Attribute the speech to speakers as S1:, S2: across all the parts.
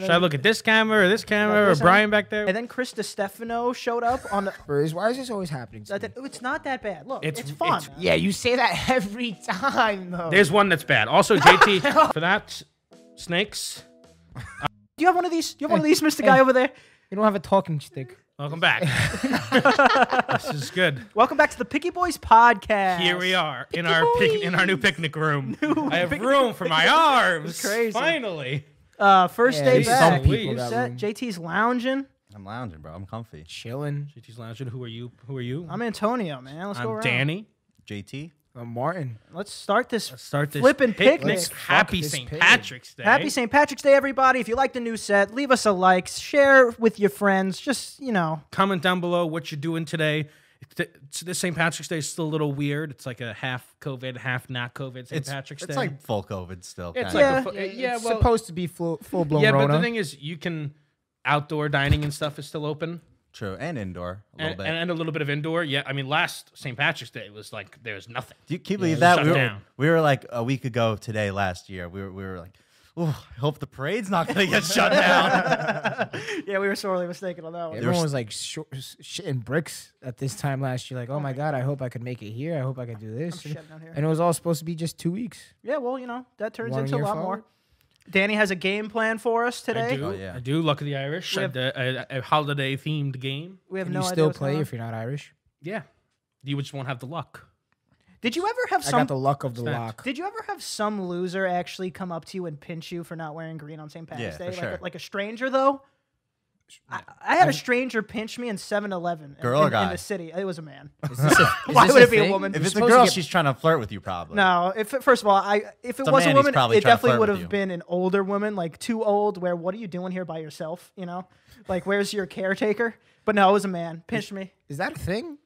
S1: Should I look at this camera or this camera or
S2: this
S1: Brian
S2: eye?
S1: back there?
S2: And then Chris Stefano showed up on the.
S3: Bruce, why is this always happening? To
S2: I
S3: me?
S2: said, "Oh, it's not that bad. Look,
S1: It's-
S2: it's, fun.
S1: it's-
S3: Yeah, you say that every time though.
S1: There's one that's bad. Also, JT for that s- snakes.
S2: Do you have one of these? Do you have one of these, Mister Guy over there?
S3: you don't have a talking stick.
S1: Welcome back. this is good.
S2: Welcome back to the Picky Boys podcast.
S1: Here we are in our pic- in our new picnic room. I have room for my arms.
S2: crazy.
S1: Finally.
S2: Uh, first
S3: Yeah,
S2: day
S3: these
S1: some
S2: back.
S1: people
S2: You
S1: that
S2: set,
S3: room.
S2: JT's lounging.
S4: I'm lounging, bro. I'm comfy.
S3: Chilling.
S1: JT's lounging. Who are you? Who are you?
S2: I'm Antonio, man. Let's go
S1: I'm
S2: around.
S1: Danny.
S4: JT.
S3: I'm Uh, Martin.
S2: Let's start this.
S1: Let's start this
S2: Flippin' picnic.
S3: Let's fuck
S1: Happy
S3: this
S1: St.
S3: pig.
S1: Patrick's Day.
S2: Happy St. Patrick's Day, everybody. If you like the new set, leave us a like, share with your friends. Just, you know,
S1: Comment down below what you're doing today. It's- it's- This St. Patrick's Day is still a little weird. It's like a half COVID, half not COVID St.
S4: It's
S1: Patrick's
S4: It's
S1: Day.
S4: like full COVID still.
S1: it's like
S4: kinda.
S2: Yeah.
S1: a, fu- yeah,
S3: it's
S1: well,
S3: supposed to be full full blown
S1: yeah,
S3: Rona.
S1: but the thing is, you can outdoor dining and stuff is still open.
S4: true and indoor a little
S1: and,
S4: bit.
S1: and- and a little bit of indoor. Yeah, I mean, last St. Patrick's Day was like there was nothing.
S4: Do you keep believe
S1: Yeah, it was shut
S4: that? We were,
S1: down.
S4: we were like a week ago today last year. We were we were like, oh, I hope the parade's not gonna get shut down.
S2: yeah, we were sorely mistaken on that one.
S3: Everyone was like sh- sh- shitting bricks at this time last year. Like, oh my god, I hope I could make it here. I hope I could do this. And,
S2: shitting out here.
S3: and it was all supposed to be just two weeks.
S2: Yeah, well, you know, that turns
S3: One
S2: into a
S3: year
S2: lot
S3: forward.
S2: more. Danny has a game plan for us today.
S1: I do.
S4: Oh, yeah.
S1: I do. Luck of the Irish.
S2: We have-
S1: a, a, a holiday themed game.
S2: We have
S3: And
S2: no
S3: you
S2: idea
S3: still
S2: what's
S3: play
S2: going
S3: if you're not Irish.
S1: Yeah, you just won't have the luck.
S2: on. Did you ever have
S3: I
S2: some
S3: got the luck of the
S1: Stacked.
S3: lock.
S2: Did you ever have some loser actually come up to you and pinch you for not wearing green on St. Patrick's
S4: Yeah,
S2: Day?
S4: for
S2: like,
S4: sure.
S2: a, like a stranger though? I, I had a stranger pinch me in 7-Eleven in-
S4: Girl or
S2: in, in
S4: guy?
S2: the city. It was a man.
S3: Is this a- is
S2: Why
S3: this
S2: would it be a
S3: thing?
S2: woman?
S4: if
S3: You're
S4: it's a
S3: supposed to
S4: girl,
S3: get-
S4: she's trying to flirt with you probably.
S2: No, if first of all, I if it
S4: a
S2: was a
S4: man, he's
S2: woman,
S4: probably
S2: it
S4: trying to
S2: definitely
S4: flirt
S2: would
S4: with
S2: have
S4: you.
S2: been an older woman, like too old. Where what are you doing here by yourself? You know, like where's your caretaker? But no, it was a man. Pinched me.
S3: is that a thing?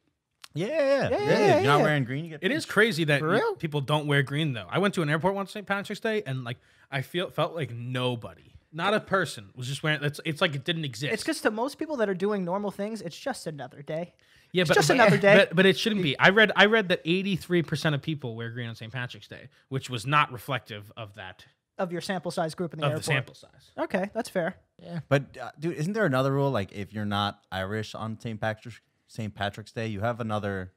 S4: Yeah, yeah, yeah. yeah,
S2: yeah,
S4: You're not
S2: yeah.
S4: wearing green. You get
S1: It is crazy that
S3: For
S1: y-
S3: real?
S1: people don't wear green though. I went to an airport once St. Patrick's Day, and like I feel felt like nobody, not a person, was just wearing. It's it's like it didn't exist.
S2: It's because to most people that are doing normal things, it's just another day.
S1: yeah,
S2: it's just another day.
S1: But, but it shouldn't be. I read I read that eighty three percent of people wear green on St. Patrick's Day, which was not reflective of that
S2: Of your sample size group in the
S1: of
S2: airport.
S1: the sample size.
S2: Okay, that's fair.
S4: But uh, dude, isn't there another rule? Like if you're not Irish on St. Patrick's St. Patrick's Day, you have another.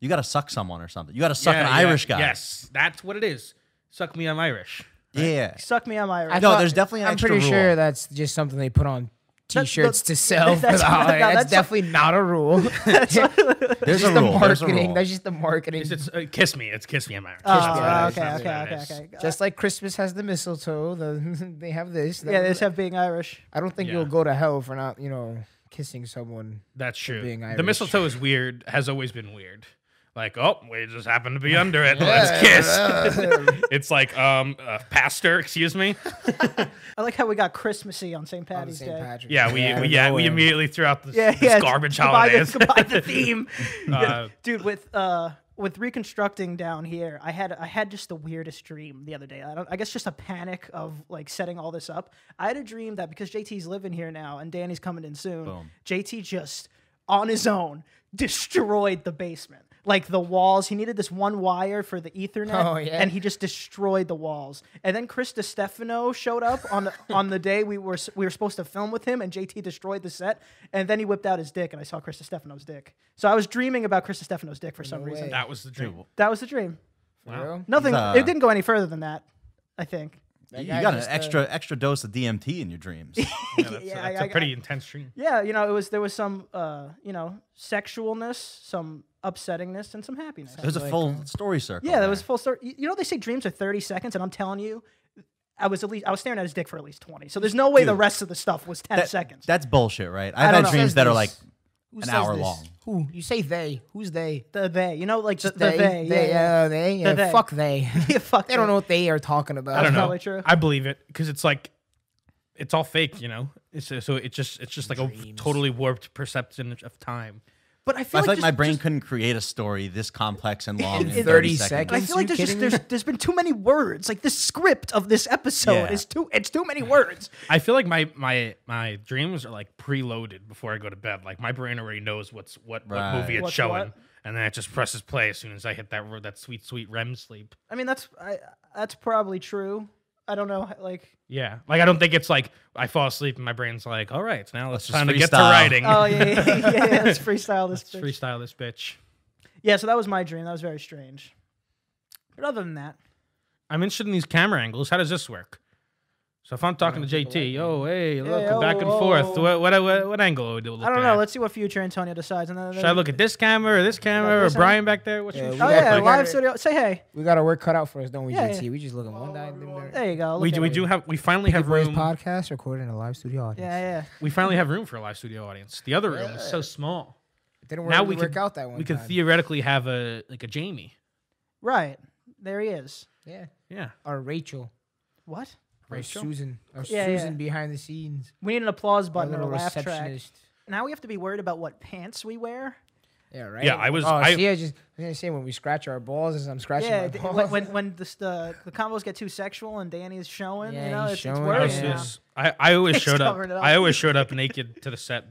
S4: You gotta suck someone or something. You gotta suck
S1: Yeah,
S4: an
S1: yeah,
S4: Irish guy.
S1: Yes, that's what it is. Suck me, I'm Irish.
S4: Yeah.
S2: Suck me, I'm Irish.
S3: I
S4: No,
S3: thought-
S4: there's definitely an
S3: I'm
S4: extra
S3: pretty
S4: rule.
S3: sure that's just something they put on
S2: the-
S3: T-shirts to sell. for
S2: that's-
S3: the holiday.
S2: no,
S3: that's,
S2: that's-
S3: definitely not a rule. that's
S4: There's
S3: just
S4: a
S3: the
S4: rule. There's a
S3: marketing.
S4: rule.
S3: That's just the marketing.
S1: It's, it's uh, kiss me. It's kiss me, I'm Irish.
S2: Oh,
S3: Yeah,
S2: okay,
S1: that's
S2: okay,
S1: what it
S2: okay,
S1: is.
S2: okay.
S3: Just like Christmas has the mistletoe, the, they have this. that-
S2: yeah, they just have being Irish.
S3: I don't think
S1: Yeah.
S3: you'll go to hell for not, you know, kissing someone.
S1: That's true.
S3: being
S1: The
S3: Irish.
S1: mistletoe is weird. Has always been weird. Like, oh, we just happen to be under it. Let's kiss. it's like, um, uh, pastor, excuse me.
S2: I like how we got Christmassy on St.
S3: on
S2: Patty's
S3: St.
S2: Day.
S3: Patrick's
S1: Yeah, we
S3: Day.
S1: yeah,
S3: Out
S1: we,
S3: of
S1: yeah, we
S3: nowhere.
S1: immediately threw out this,
S2: yeah,
S1: this
S2: yeah.
S1: garbage
S2: goodbye the-
S1: holidays.
S2: goodbye the theme,
S1: Uh,
S2: dude. With uh, with reconstructing down here, I had I had just the weirdest dream the other day. I don't, I guess just a panic of like setting all this up. I had a dream that because JT's living here now and Danny's coming in soon,
S4: Boom.
S2: JT just on his own destroyed the basement. Like the walls, he needed this one wire for the Ethernet,
S3: Oh, yeah.
S2: and he just destroyed the walls. And then Chris Stefano showed up on the, on the day we were we were supposed to film with him, and JT destroyed the set. And then he whipped out his dick, and I saw Chris Stefano's dick. So I was dreaming about Chris Stefano's dick for some reason.
S3: way.
S1: that was the dream.
S2: That was the dream.
S3: For real?
S2: Nothing.
S4: Nah.
S2: It didn't go any further than that. I think.
S3: That
S4: You
S3: guy
S4: got an
S3: just, uh,
S4: extra extra dose of DMT in your dreams.
S1: Yeah, that's,
S2: Yeah,
S1: that's a
S2: I- I-
S1: pretty intense dream.
S2: Yeah, you know, it was there was some uh, you know, sexualness, some upsettingness, and some happiness.
S4: There's a full story circle.
S2: uh, Yeah, that
S4: there.
S2: was full story. You you know, they say dreams are 30 seconds, and I'm telling you, I was at least I was staring at his dick for at least 20. So there's no way the rest of the stuff was 10
S4: That-
S2: seconds.
S4: That's bullshit, right? I've
S2: don't
S4: had
S2: know.
S4: dreams
S3: says
S4: that are
S3: this?
S4: like
S3: Who
S4: an
S3: says
S4: hour
S3: this?
S4: long.
S3: Who? You say they. Who's they?
S2: the they, you know, like the, the
S3: they,
S2: they,
S3: they,
S2: yeah,
S3: uh, they,
S2: The
S3: yeah,
S2: they.
S3: fuck they.
S2: yeah. fuck,
S3: they don't
S2: that.
S3: know what they are talking about.
S1: I don't know.
S2: probably true.
S1: I believe it because it's like, it's all fake, you know. It's uh, so it just it's just like a totally warped perception of time.
S2: But I feel
S4: I
S2: like,
S4: feel like
S2: just-
S4: my brain
S2: just-
S4: couldn't create a story this complex and long in,
S3: in
S4: 30,
S3: 30
S4: seconds.
S2: and I
S3: seconds.
S2: feel like
S3: You
S2: there's just
S3: kidding me?
S2: there's there's been too many words. Like this script of this episode
S4: Yeah.
S2: is too it's too many words.
S1: I feel like my my my dreams are like preloaded before I go to bed. Like my brain already knows what's what,
S4: Right.
S1: what movie it's
S2: What's
S1: showing,
S2: what?
S1: and then it just presses play as soon as I hit that that sweet sweet REM sleep.
S2: I mean, that's I, that's probably true. I don't know. Like,
S1: Yeah. Like I don't think it's like I fall asleep and my brain's like, all right, now it's
S4: just
S1: time to get to
S4: freestyle."
S1: writing.
S2: oh yeah, yeah, yeah, yeah, yeah, let's freestyle this.
S1: Let's
S2: bitch.
S1: freestyle this bitch.
S2: Yeah, so that was my dream. That was very strange. But other than that,
S1: I'm interested in these camera angles. How does this work? So if I'm talking to JT, oh hey, look,
S2: oh,
S1: back and forth.
S2: oh.
S1: What, what what what angle are we looking
S2: I don't know.
S1: at?
S2: Let's see what future Antonio decides. And then
S1: Should I look at this camera or this camera or
S2: this
S1: Brian back there? What should
S3: Yeah,
S1: we
S3: we
S2: Oh
S1: look
S3: got
S1: like?
S2: yeah,
S3: fucking-
S2: live studio. Say hey.
S3: We got our work cut out for us, don't we,
S2: Yeah,
S3: JT?
S2: yeah.
S3: We just looking one dime. There.
S2: There you go.
S1: We
S2: look
S1: do,
S2: at
S1: we
S2: it.
S1: do have we finally have
S3: Boys
S1: room.
S3: podcast recorded in a live studio audience.
S2: Yeah, yeah.
S1: We finally have room for a live studio audience. The other room is so small.
S3: It didn't
S1: Now
S3: really
S1: we
S3: work
S1: could-
S3: out that one.
S1: We could
S3: time.
S1: theoretically have a like a Jamie.
S2: Right there he is.
S3: yeah.
S1: Yeah.
S3: Or Rachel.
S2: What?
S3: Or
S1: Rachel?
S3: Susan. Or
S2: Yeah, yeah.
S3: Susan behind the scenes.
S2: We need an applause
S3: Our
S2: button or a
S3: little
S2: laugh track.
S3: receptionist.
S2: Now we have to be worried about what pants we wear.
S3: Yeah, right.
S1: Yeah, I was-
S3: Oh,
S1: I-
S3: see, I just I was gonna say when we scratch our balls, as I'm scratching
S2: Yeah,
S3: my
S2: d-
S3: balls.
S2: when when, when the, the the combos get too sexual and Danny's showing,
S3: Yeah,
S2: you know,
S3: he's
S2: it's, it's
S3: showing
S1: I,
S2: worrying.
S1: was
S3: Yeah.
S2: now.
S1: just- I, I always
S2: He's
S1: showed up.
S2: covering it up.
S1: I always showed up naked to the set,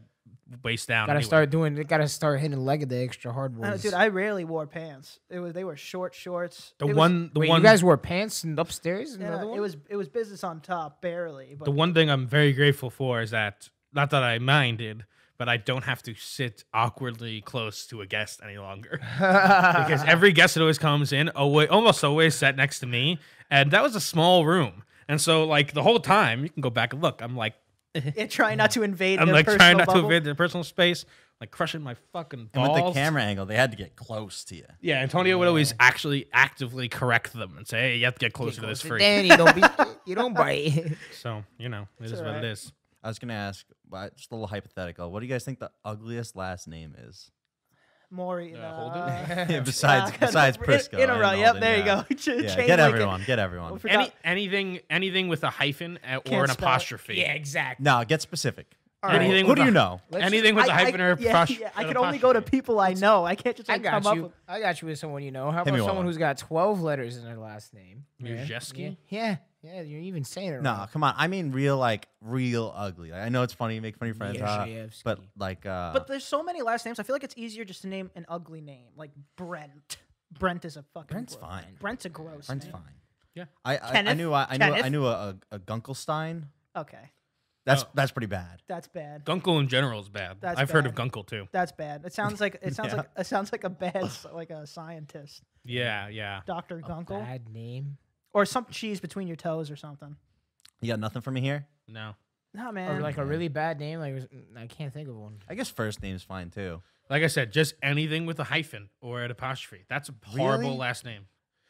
S1: waist down.
S3: gotta
S1: anyway.
S3: start doing. Gotta start hitting the leg of the extra hard
S2: I know,
S3: ones.
S2: Oh, dude, I rarely wore pants. It was they were short shorts.
S1: the
S2: It was-
S1: one. The
S3: Wait,
S1: one.
S3: you guys wore pants and upstairs?
S2: yeah,
S3: Another one?
S2: it was it was business on top barely, but
S1: the one thing I'm very grateful for is that not that I minded, but I don't have to sit awkwardly close to a guest any longer because every guest that always comes in always, almost always sat next to me, and that was a small room, and so like the whole time you can go back and look. I'm like
S2: yeah, trying not to invade.
S1: I'm
S2: their
S1: like
S2: personal
S1: trying not
S2: bubble.
S1: to invade their personal space, like crushing my fucking
S4: And
S1: balls.
S4: with the camera angle, they had to get close to you.
S1: Yeah, Antonio would always actually actively correct them and say, "Hey, you have to get closer to this freak."
S3: Danny, don't be. You don't bite.
S1: So you know, it is what
S2: alright.
S1: it is.
S4: I was gonna ask, but just a little hypothetical. What do you guys think the ugliest last name is?
S2: Maury,
S1: Uh,
S2: uh,
S1: Holden?
S4: Yeah, besides
S2: uh,
S4: besides
S2: in-
S4: Prisco.
S2: In, a
S4: and
S2: row. Yep,
S4: Alden,
S2: there you
S4: yeah.
S2: go. Ch-
S4: Yeah,
S2: chain
S4: get
S2: link it.
S4: everyone. Get
S2: I
S4: everyone.
S2: forgot.
S1: Any anything anything with a hyphen uh, or
S2: Can't
S1: an
S2: spell it.
S1: apostrophe.
S3: yeah, exactly.
S4: No, get specific.
S2: All right.
S1: Anything
S4: Who
S1: with
S4: do
S1: a-
S4: you know?
S3: Let's
S1: anything with a
S2: I- I-
S1: hyphen or
S2: yeah,
S1: apostrophe.
S2: yeah, I could only go to people I know. I can't just
S3: I
S2: like, come
S3: got
S2: up
S3: you.
S2: with.
S3: I got you with someone you know. How
S4: Hit me
S3: about someone
S4: one.
S3: who's got twelve letters in their last name? Yeah. Yeah.
S1: Mujeski.
S3: yeah, yeah, You're even saying it.
S4: No,
S3: wrong.
S4: come on. I mean, real like real ugly. I know it's funny, you make funny friends, uh,
S3: Yashevsky.
S4: but like, uh,
S2: But there's so many last names. I feel like it's easier just to name an ugly name, like Brent. Brent is a fucking.
S4: Brent's
S2: gross-
S4: fine.
S2: Brent's a gross.
S4: Brent's
S2: name.
S4: fine.
S1: Yeah.
S4: I I, I
S2: Kenneth?
S4: knew I, I knew I
S2: Kenneth?
S4: knew a, a, a Gunkelstein.
S2: Okay,
S4: That's
S1: Oh.
S4: that's pretty bad.
S2: that's bad.
S1: Gunkel in general is bad.
S2: That's
S1: I've heard of
S2: bad.
S1: Gunkel too.
S2: That's bad. It sounds like it sounds
S4: Yeah.
S2: like it sounds like a bad s- like a scientist,
S1: Yeah, yeah.
S2: Doctor Gunkle,
S3: Bad name.
S2: or some cheese between your toes or something.
S4: You got nothing for me here.
S1: No,
S2: Nah,
S3: Or
S2: man.
S3: like a really bad name. Like it was- I can't think of one.
S4: I guess first name's fine too.
S1: like I said, just anything with a hyphen or an apostrophe. That's a horrible
S4: Really?
S1: last name.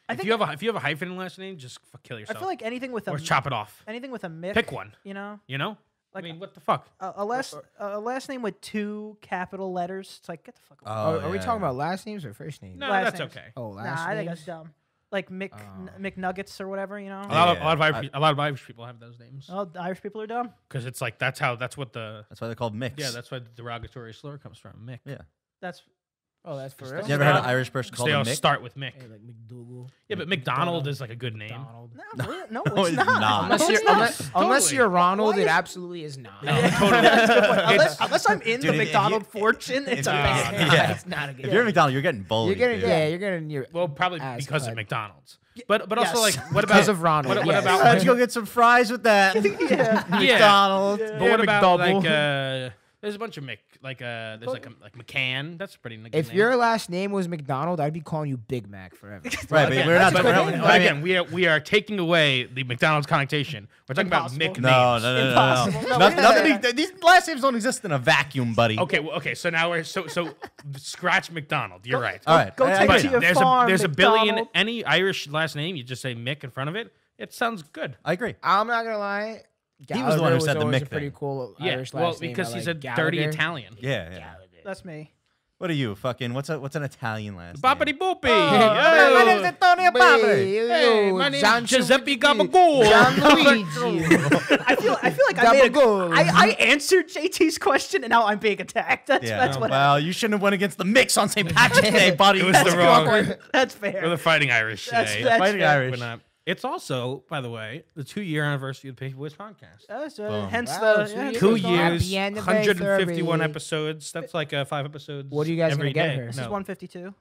S2: I
S1: if
S2: think-
S1: you have a if you have a hyphen in last name, just fuck, kill
S2: I
S1: yourself
S2: feel like anything with a
S1: or
S2: mi-
S1: chop it off.
S2: anything with a Mick,
S1: Pick one.
S2: You know,
S1: You know,
S2: Like-
S1: I mean, what the fuck?
S2: a, a last a last name with two capital letters. It's like get the fuck.
S4: Oh,
S2: Away.
S3: are, are we
S4: yeah.
S3: talking about last names or first names?
S1: No,
S2: Last
S1: that's
S2: names.
S1: okay.
S3: Oh,
S2: nah,
S3: last
S2: I
S3: names.
S2: think that's dumb. Like Mick N- McNuggets or whatever. You know.
S1: A lot, of, a
S4: Yeah,
S1: lot of Irish,
S4: I-
S1: a lot of Irish people have those names
S2: Oh, the Irish people are dumb.
S1: because it's like that's how that's what the
S4: That's why they're called mix.
S1: yeah that's why the derogatory slur comes from Mick.
S4: yeah.
S2: That's
S3: Oh, that's for
S1: Just
S3: real.
S1: that's
S4: You ever had an
S1: Donald-
S4: Irish person
S1: 'Cause
S4: called
S1: They all
S4: a mix?
S1: start with Mick.
S3: Hey, like McDougal.
S1: Yeah, but McDonald is like a good name.
S3: Donald.
S2: no, really- no,
S4: No,
S2: it's
S4: it's
S2: not.
S4: not.
S2: No,
S3: Unless
S2: it's
S3: you're,
S2: not.
S3: unless, unless
S1: Totally.
S3: you're Ronald,
S2: Why
S3: it
S2: is-
S3: absolutely is not.
S1: No,
S3: It's
S1: totally.
S2: That's a good point.
S1: It's-
S2: Unless, unless I'm in
S4: Dude,
S2: the
S4: if you-
S2: McDonald fortune, it's a
S1: you-
S2: bad
S1: Yeah.
S2: name.
S3: not- it's not a good.
S4: If you're at McDonald, you're getting
S3: you're
S4: bullied.
S3: getting
S4: dude.
S3: yeah, you're getting your
S1: Well, probably
S3: Ass
S1: because of
S3: cut.
S1: McDonald's. But but also
S2: yes.
S1: like what about
S3: Because of Ronald,
S1: What, what
S3: yes.
S1: about
S4: Let's go get some fries with that.
S2: Yeah.
S1: Yeah.
S4: McDonald's.
S1: but what about
S3: McDouble.
S1: like uh, there's a bunch of Mick like uh there's like a, like McCann. That's a pretty good
S3: If
S1: name.
S3: your last name was McDonald, I'd be calling you Big Mac forever.
S4: Right, but
S1: Again,
S4: we're not.
S1: but-
S4: We're not
S1: but
S4: I mean-
S1: again, we are we are taking away the McDonald's connotation. We're talking about Mick
S2: Impossible.
S4: No,
S1: names.
S4: no, no, no, no,
S2: Impossible.
S4: no.
S2: No,
S4: Noth-
S2: we're not
S4: nothing,
S2: doing that.
S4: these last names don't exist in a vacuum, buddy.
S1: Okay, well, okay. So now we're so so scratch McDonald. You're right.
S4: All right.
S2: Go
S4: I- I
S2: take
S4: get
S2: it to
S4: it.
S2: your
S1: there's
S2: farm,
S1: a there's a billion
S2: McDonald.
S1: any Irish last name. You just say Mick in front of it. It sounds good.
S4: I agree.
S3: I'm not gonna lie.
S4: He was the one who said the
S3: always a
S4: Mick
S3: pretty
S4: thing.
S3: cool
S1: Yeah.
S3: Irish
S1: well,
S3: last name. I
S1: because he's
S3: like
S1: a dirty
S3: Gallagher.
S1: Italian.
S4: Yeah, yeah.
S2: That's me.
S4: What are you fucking? What's a what's an Italian last
S1: Boppity
S4: name?
S2: Oh.
S1: boopy.
S4: My name's Antonio Boppity.
S1: Hey,
S3: Hey,
S1: my name's
S3: Gian
S1: Giuseppe
S3: Giuseppe-
S1: Gabagool.
S3: Gianluigi.
S2: I feel I feel like I made a,
S3: Gabagool.
S2: I, I answered JT's question and now I'm being attacked. That's
S4: Yeah.
S2: that's
S4: No,
S2: what
S4: well, you shouldn't have went against the mix on St. Patrick's Day, buddy.
S1: It was
S4: That's
S1: the wrong.
S4: awkward.
S2: that's
S1: We're
S2: fair.
S1: the fighting Irish
S2: That's-
S1: today.
S2: that's
S4: Fighting
S2: fair.
S4: Irish.
S1: We're not. It's also, by the way, the two year anniversary of the Paper Boys podcast.
S2: That's, uh,
S4: Boom.
S2: hence
S3: Wow,
S2: the
S3: two
S2: yeah, hence
S1: Two
S2: the song.
S3: Happy
S1: years,
S3: anniversary.
S1: 151 episodes. That's like uh, five episodes.
S3: What are you guys gonna
S1: every
S3: get
S1: day.
S3: her?
S2: This
S1: No.
S2: is 152.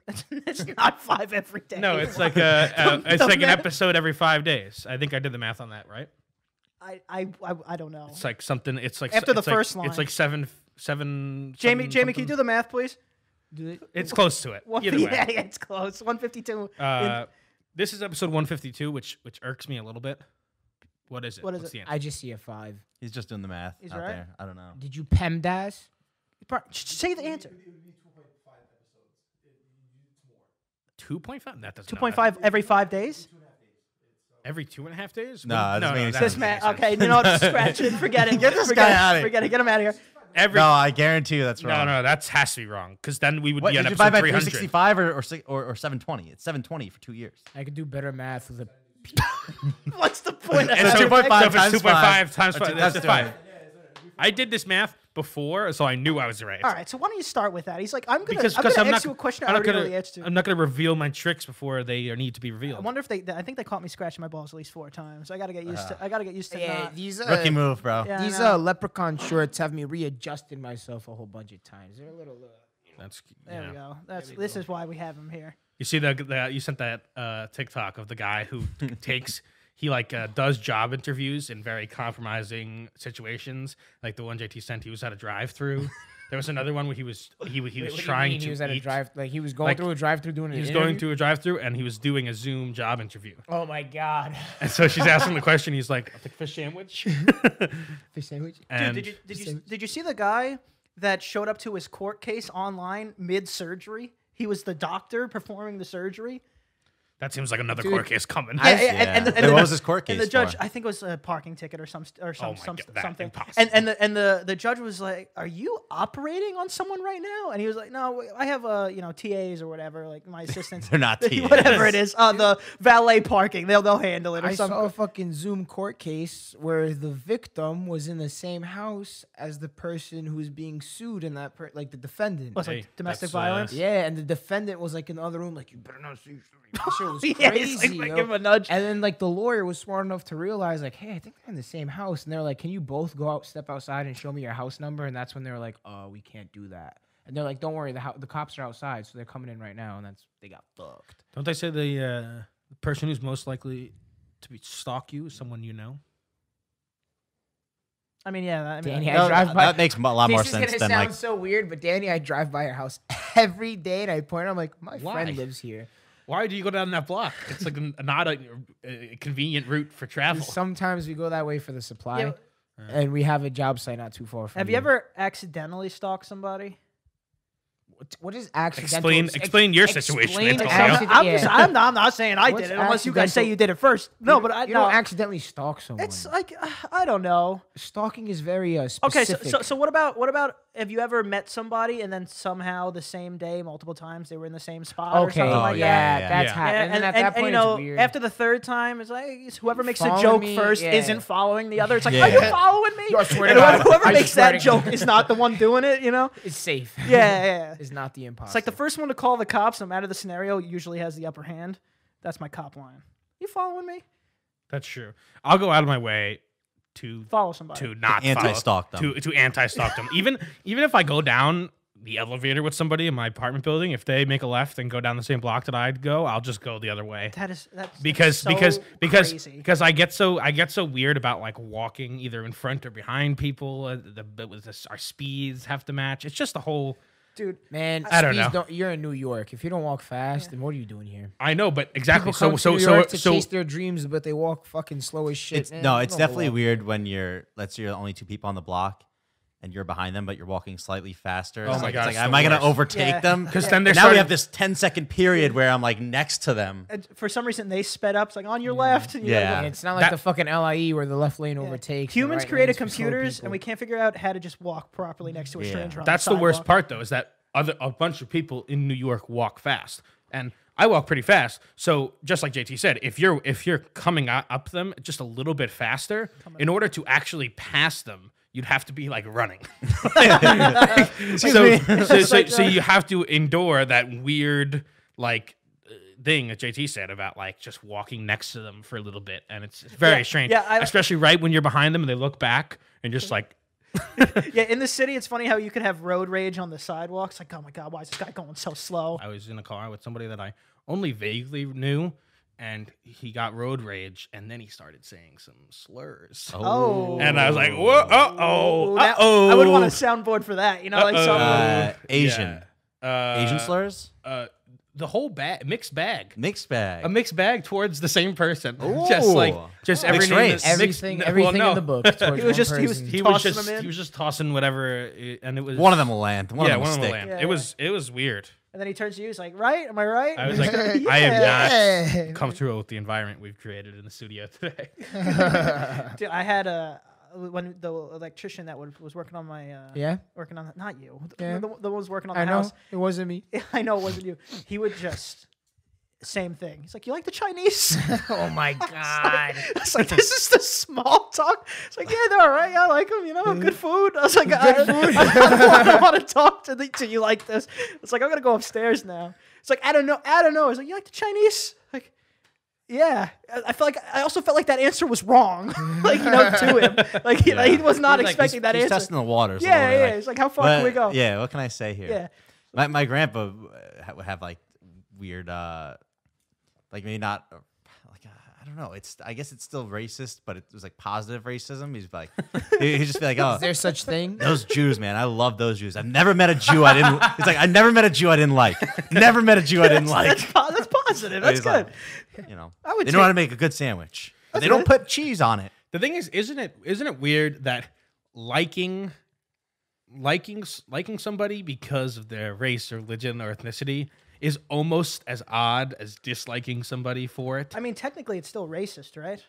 S2: it's not five every day.
S1: No, it's like a, a it's like an
S2: math-
S1: episode every five days. I think I did the math on that, right?
S2: I, I, I, I don't know.
S1: It's like something. It's like
S2: After the
S1: it's like-
S2: first line.
S1: It's like seven, seven.
S2: Jamie,
S1: seven
S2: Jamie, can you do
S1: something.
S2: the math, please?
S1: It's close to it.
S2: One,
S1: Either
S2: yeah,
S1: way.
S2: yeah, it's close. 152.
S1: Uh, this is episode 152, which which irks me a little bit. What is it?
S2: What is
S1: What's
S2: it?
S1: the end?
S3: I just see a five.
S4: He's just doing the math
S2: He's
S4: out
S2: right.
S4: there. I don't know.
S3: Did you PEMDAS?
S2: Pro- sh- sh- Say the answer.
S1: Two point five. That doesn't. no, that-
S2: 2.5 every five days?
S1: every two and a half days.
S4: No,
S1: Well,
S4: it doesn't make any
S1: that
S2: This
S1: doesn't
S2: man.
S1: make any
S2: Okay,
S1: sense.
S2: you know what? Scratch it. Forget it. Get
S4: this
S2: forget
S4: guy
S2: it,
S4: outta here.
S2: Forget it. Get him out of here.
S1: Every
S4: No, I guarantee you that's
S1: no,
S4: wrong.
S1: no, that's has to be wrong because then we would
S4: What,
S1: be on
S4: did you buy
S1: episode
S4: by
S1: three hundred.
S4: 365 or, or, si- or, or 720? It's 720 for two years.
S3: I could do better math with a.
S2: What's the point? of
S1: It's
S2: having
S1: two point
S2: that?
S1: five times two point five times
S4: That's-
S1: five.
S4: that's
S1: That's just
S4: doing
S1: five. I did this math before, so I knew I was right.
S2: All right, so why don't you start with that? He's like, I'm gonna,
S1: Because
S2: I'm
S1: because
S2: gonna
S1: I'm
S2: ask
S1: not
S2: you a question I
S1: I'm not
S2: already know
S1: gonna
S2: the answer to.
S1: I'm not gonna reveal my tricks before they are- need to be revealed.
S2: I wonder if they. I think they caught me scratching my balls at least four times. I gotta get used to. I gotta get used to. not-
S3: these uh,
S4: Rookie move, bro.
S2: Uh, Yeah, I
S3: These
S2: know.
S3: uh, leprechaun shorts have me readjusting myself a whole bunch of times. They're a little. Uh,
S1: That's
S2: There
S1: yeah.
S2: we go. That's this is why we have him here.
S1: You see the, the you sent that uh, TikTok of the guy who takes he like uh, does job interviews in very compromising situations, like the one JT sent. He was at a drive-through. there was another one where he was he, was- he was
S3: what do you
S1: trying
S3: mean
S1: to
S3: He was at a
S1: eat.
S3: drive. Like he was going
S1: Like,
S3: through a drive-through doing.
S1: He was going through a drive-through and he was doing a Zoom job interview.
S3: Oh my god.
S1: And so she's asking the question. He's like, "I'll take fish sandwich."
S3: Fish sandwich.
S1: and
S2: Dude, did you did you did you see the guy that showed up to his court case online mid surgery? He was the doctor performing the surgery.
S1: that seems like another court case coming.
S2: Yeah, yeah,
S4: Yeah.
S2: and, and,
S4: Hey,
S2: and
S4: what
S2: the,
S4: was his court
S2: and the
S4: case
S2: judge,
S4: for?
S2: I think it was a parking ticket or some or some,
S1: my
S2: some
S1: God, that
S2: something.
S1: impossible.
S2: And and the and the the judge was like, "Are you operating on someone right now?" And he was like, "No, I have uh, you know TAs or whatever, like my assistants,
S4: They're not TAs.
S2: whatever it is, uh, the valet parking. They'll they'll handle it or
S3: I
S2: something."
S3: saw a fucking Zoom court case where the victim was in the same house as the person who was being sued, and that per- like the defendant.
S2: was
S1: Hey,
S2: like domestic
S1: that's, uh,
S2: violence.
S3: Yeah, and the defendant was like in the other room, like you better not see. That shit was
S2: Yeah, he's like,
S3: crazy.
S2: like,
S3: yo.
S2: give him a nudge.
S3: And then like the lawyer was smart enough to realize, like, hey, I think they're in the same house, and they're like, can you both go out, step outside, and show me your house number? And that's when they were like, oh, we can't do that. And they're like, don't worry, the ho- the cops are outside, so they're coming in right now, and that's they got fucked.
S1: Don't they say the uh, person who's most likely to be stalk you is someone you know?
S2: I mean, yeah. I mean, uh,
S3: Danny,
S2: I-
S3: I
S4: No,
S3: drive
S4: that-
S3: by.
S4: that makes a lot more
S3: this is
S4: sense
S3: gonna
S4: than
S3: sound
S4: like.
S3: so weird, but Danny, I drive by your house every day, and I point. I'm like, my
S1: Why?
S3: friend lives here.
S1: Why do you go down that block? It's like an, not a, a convenient route for travel.
S3: Sometimes we go that way for the supply,
S2: Yeah.
S3: and we have a job site not too far from.
S2: have you ever accidentally stalked somebody?
S3: What- What is accidental?
S1: Explain-
S3: ex-
S1: explain your situation,
S3: explain
S1: Antonio.
S2: I'm,
S1: Yeah.
S3: accident-
S2: I'm
S3: yeah.
S2: just, I'm, not, I'm not saying I
S3: What's
S2: did it unless you guys say
S3: accidental-
S2: you did it first. No, but I
S3: you
S2: no.
S3: don't accidentally stalk someone.
S2: it's like uh, I don't know.
S3: stalking is very uh,
S2: Okay, so,
S3: specific.
S2: so so what about what about have you ever met somebody and then somehow the same day, multiple times, they were in the same spot or
S3: okay,
S2: something
S4: Oh,
S2: like
S3: yeah,
S2: that?
S4: yeah,
S3: that's
S1: yeah.
S3: happened.
S2: Yeah,
S3: And, then at that point,
S2: you know,
S3: it's weird.
S2: after the third time, it's like it's whoever makes the
S3: Follow
S2: joke
S3: me,
S2: first
S3: yeah.
S2: isn't following the other. It's like,
S4: Yeah.
S2: are you following me?
S3: Yo, I swear to
S2: And whoever,
S3: God,
S2: whoever
S3: I
S2: makes
S3: swear
S2: that
S3: to
S2: joke
S3: God.
S2: is not the one doing it. You know?
S3: it's safe.
S2: Yeah, yeah. yeah.
S3: it's not the imposter.
S2: It's like the first one to call the cops, no matter the scenario, usually has the upper hand. That's my cop line. You following me?
S1: That's true. I'll go out of my way to
S2: Follow somebody.
S1: to not
S4: anti-stalk
S1: follow-
S4: them.
S1: to to anti-stalk them. Even even if I go down the elevator with somebody in my apartment building, if they make a left and go down the same block that I'd go, I'll just go the other way.
S2: That is that's
S1: because
S2: so
S1: because because
S2: crazy.
S1: because I get so I get so weird about like walking either in front or behind people. Uh, the, the, with this- our speeds have to match. It's just the whole.
S2: dude,
S3: man.
S1: I don't
S3: please
S1: know.
S3: Don't, you're in New York. If you don't walk fast, then what are you doing here?
S1: I know, but exactly.
S3: People
S1: So
S3: come
S1: so
S3: to New
S1: so
S3: York to
S1: so
S3: chase their dreams, but they walk fucking slow as shit.
S4: It's,
S2: Eh,
S3: man.
S4: no,
S3: You
S4: it's
S3: don't
S4: definitely
S3: belong.
S4: weird when you're, let's say you're the only two people on the block and you're behind them, but you're walking slightly faster.
S1: Oh
S4: It's
S1: my
S4: like,
S1: God,
S4: it's
S1: it's
S4: like,
S1: the
S4: am I going to
S1: worst.
S4: overtake
S2: Yeah.
S4: them?
S1: 'Cause then
S4: now
S1: they're
S4: we
S1: starting-
S4: have this 10 second period where I'm like next to them.
S2: and uh, for some reason they sped up. It's like on your left. And you gotta
S4: Yeah.
S2: go-
S3: And it's not like
S1: That-
S3: the fucking LIE where the left lane
S2: Yeah.
S3: overtakes. and the
S2: Humans
S3: right
S2: created
S3: lane's for slow
S2: computers, and
S3: people.
S2: we can't figure out how to just walk properly next to a
S4: Yeah.
S2: stranger. on
S1: That's the worst
S2: sidewalk.
S1: part, though, is that other a bunch of people in New York walk fast, and I walk pretty fast. So just like JT said, if you're if you're coming o- up them just a little bit faster, in order to actually pass them, you'd have to be like running.
S3: uh,
S1: so, so, so, so you have to endure that weird like uh, thing that JT said about like just walking next to them for a little bit, and it's, it's very
S2: Yeah,
S1: strange.
S2: yeah, I-
S1: especially right when you're behind them and they look back and just like
S2: Yeah, in the city, it's funny how you could have road rage on the sidewalks. Like, oh my god, why is this guy going so slow?
S1: I was in a car with somebody that I only vaguely knew, and he got road rage, and then he started saying some slurs.
S2: Oh.
S1: And I was like, "Whoa, uh
S2: Ooh,
S1: oh, uh
S2: that-
S1: oh."
S2: I would want a soundboard for that. You know, like some
S4: Uh, Asian. Asian
S1: slur.
S4: slurs?
S1: Uh, the whole bag, mixed bag,
S4: Mixed bag.
S1: a mixed bag towards the same person. just like
S4: Ooh.
S1: just every
S4: Mixed
S1: name
S4: race.
S1: that's mixed-
S3: Everything,
S1: no, well,
S3: everything
S1: no.
S3: in the book. Towards
S2: was
S3: one
S2: just- he was-
S3: person.
S1: He was
S2: Tossing
S1: just
S2: them in.
S1: he was just tossing whatever, uh, and it was
S4: one of them will land. One
S1: yeah,
S4: of them
S1: one
S4: will
S1: of them
S4: stick.
S1: will land.
S2: Yeah,
S1: it was it was weird.
S2: And then he turns to you. He's like, "Right? Am I right?"
S1: I was like, I am not comfortable with the environment we've created in the studio today.
S2: Dude, I had a when the electrician that was, was working on my uh,
S3: Yeah?
S2: working on not you the,
S3: Yeah.
S2: the, the one was working on the
S3: I know.
S2: house.
S3: It wasn't me.
S2: I know it wasn't you. He would just same thing. He's like, "You like the Chinese?"
S3: Oh my god.
S2: It's like this is the small talk. It's like yeah, they're all right. Yeah, I like them. You know, good food. I was like, I, I, want to talk to, the, to you like this. It's like I'm gonna go upstairs now. It's like I don't know. I don't know. It's like you like the Chinese? Like yeah. I, I feel like I also felt like that answer was wrong. like you know, to him. Like he, like, he was not
S4: He's like-
S2: expecting
S4: he's-
S2: that
S4: he's
S2: answer.
S4: testing the waters. a
S2: yeah,
S4: little bit,
S2: yeah.
S4: like,
S2: it's like how far
S4: But-
S2: can we go?
S4: Yeah, what can I say here?
S2: Yeah.
S4: My, my grandpa uh, ha- would have like weird, uh, like maybe not, uh, like, uh, I don't know. It's, I guess it's still racist, but it was like positive racism. He's like, he- he'd just be like,
S3: Is
S4: oh,
S3: there such thing?
S4: those Jews, man. I love those Jews. I've never met a Jew I didn't, it's like, I never met a Jew I didn't like. Never met a Jew I didn't like.
S2: That's, po- that's positive.
S4: But
S2: That's
S4: he's
S2: good.
S4: like, you know,
S2: I would
S4: they know how
S2: take-
S4: to make a good sandwich. But they don't put cheese on it.
S1: The thing is, isn't it isn't it weird that liking liking s- liking somebody because of their race or religion or ethnicity is almost as odd as disliking somebody for it?
S2: I mean, technically, it's still racist, right?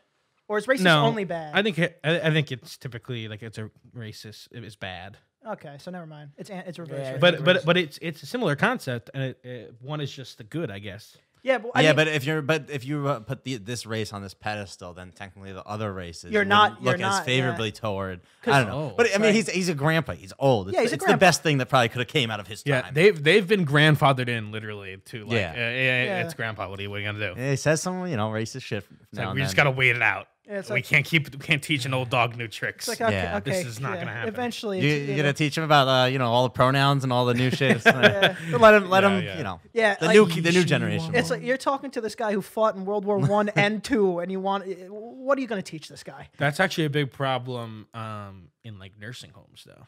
S2: Or is racist
S1: no,
S2: only bad?
S1: I think it, I, I think it's typically like it's a racist. It is bad,
S2: okay, so never mind. It's an- it's reverse.
S3: Yeah,
S2: racism.
S1: but but but it's it's a similar concept, and it, it, one is just the good, I guess.
S2: Yeah, but I
S4: yeah,
S2: mean,
S4: but if you're but if you uh, put the, this race on this pedestal, then technically the other races
S2: You're
S4: would
S2: not-
S4: look
S2: you're
S4: as
S2: not, yeah.
S4: favorably toward. I don't know,
S1: Oh,
S4: but I mean he's he's a grandpa. He's old. It's,
S2: Yeah, he's a
S4: it's
S2: grandpa.
S4: the best thing that probably could have came out of his
S1: Yeah,
S4: time.
S1: they've they've been grandfathered in literally to like
S4: Yeah.
S1: yeah, yeah,
S2: Yeah.
S1: it's grandpa. What are you, what are you gonna do?
S4: And he says some you know racist shit. from
S1: It's
S4: now
S1: like,
S4: and
S1: we just
S4: then.
S1: gotta wait it out.
S2: Yeah, it's
S1: we
S2: like-
S1: can't keep we can't teach an old dog new tricks.
S2: it's like okay,
S4: Yeah.
S2: okay,
S1: This is not
S2: yeah.
S1: gonna happen.
S2: Eventually,
S4: You,
S2: it's-
S4: you
S2: it'll-
S4: gotta teach him about uh, you know all the pronouns and all the new shit. It's like- Let him let
S1: Yeah,
S4: him
S1: yeah.
S4: you know
S2: Yeah,
S4: the
S2: like-
S4: new the new generation.
S2: It's like you're talking to this guy who fought in World War One and Two, and you want eh, what are you gonna teach this guy?
S1: That's actually a big problem um, in like nursing homes though,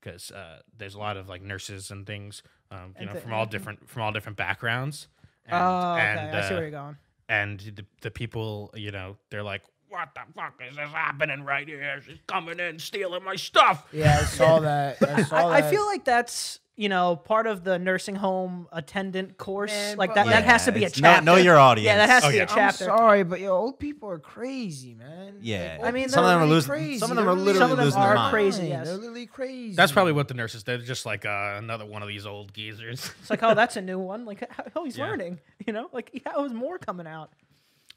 S1: because uh, there's a lot of like nurses and things, um, you
S2: And
S1: know,
S2: the-
S1: from all different from all different backgrounds. And,
S2: oh, okay,
S1: and,
S2: I see
S1: uh,
S2: where you're going.
S1: and the, the people, you know, they're like, "What the fuck is this happening right here? She's coming in stealing my stuff."
S3: Yeah, I saw that. I saw
S2: I, I
S3: that.
S4: uh,
S2: feel like that's you know part of of the nursing home attendant course.
S3: Man,
S2: like
S3: but
S2: that,
S3: like-
S2: that has to be a
S4: it's know-
S2: chapter.
S4: know your audience.
S2: Yeah, that has to
S1: Oh,
S2: be
S1: yeah.
S2: a chapter.
S3: I'm sorry, but yo, old people are crazy, man.
S4: Yeah.
S3: old
S2: I mean,
S3: people
S2: some of
S4: them are
S3: really
S4: losing-
S3: crazy.
S4: some of them
S3: They're
S4: are
S3: really-
S4: literally
S2: Some of them losing their are mind. crazy, yes.
S3: They're literally crazy.
S1: That's probably what the nurses. They're just like uh, another one of these old geezers.
S2: It's like, oh, that's a new one. Like, oh, he's
S1: Yeah.
S2: learning. You know, like, how is more coming out?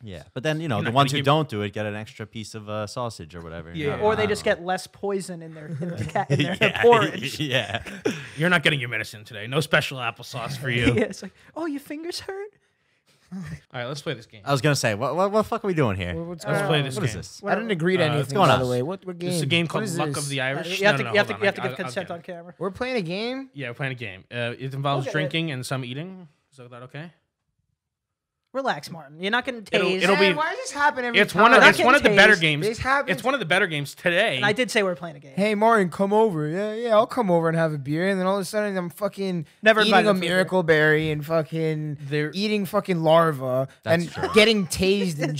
S4: Yeah, but then you know the
S1: not
S4: ones
S1: gonna
S4: who
S1: give-
S4: don't do it get an extra piece of uh, sausage or whatever. you
S1: Yeah.
S4: know?
S2: Or
S4: I
S2: they
S4: don't
S2: just
S4: know.
S2: get less poison in their in their, ca- in their
S4: yeah.
S2: porridge.
S4: yeah.
S1: You're not getting your medicine today. No special applesauce for you.
S2: Yeah, it's like, oh, your fingers hurt.
S1: All right, let's play this game.
S2: Uh,
S4: I was gonna say, what what, what the fuck are we doing
S3: What-
S4: here? What
S3: What's
S1: Let's
S3: going
S1: play
S3: on?
S1: this
S4: is
S1: game.
S4: this?
S3: I didn't agree to
S1: Uh,
S3: anything.
S4: what's going
S3: by
S4: on?
S3: the way, what, what game?
S1: It's a game
S3: What
S1: called
S3: is
S1: Luck
S3: this?
S1: of the
S2: Uh,
S1: Irish.
S2: You have
S1: No,
S2: to,
S1: no, no,
S2: you have to,
S1: hold
S2: you have to
S1: I'll-
S2: give
S1: I'll- I'll
S2: consent
S1: get
S2: on
S1: it.
S2: camera.
S3: We're playing a game.
S1: Yeah, we're playing a game. Uh, it involves
S2: Okay.
S1: drinking and some eating. Is that okay?
S2: Relax, Martin. You're not getting tased.
S1: It'll- it'll be-
S3: Man, why does this happen
S2: Mm,
S3: every
S1: It's
S3: time?
S1: one of
S2: not
S1: it's one of the
S2: getting
S1: better
S2: tased.
S1: games.
S3: This happens-
S1: It's one of the better games today.
S2: and I did say we are playing a game.
S3: Hey Martin, come over. Yeah, yeah, I'll come over and have a beer. And then all of a sudden, I'm fucking
S2: Never
S3: eating
S2: invited
S3: a
S2: for a beer.
S3: miracle berry and fucking
S1: There-
S3: eating fucking larva
S4: That's
S3: and
S4: true.
S3: getting tased and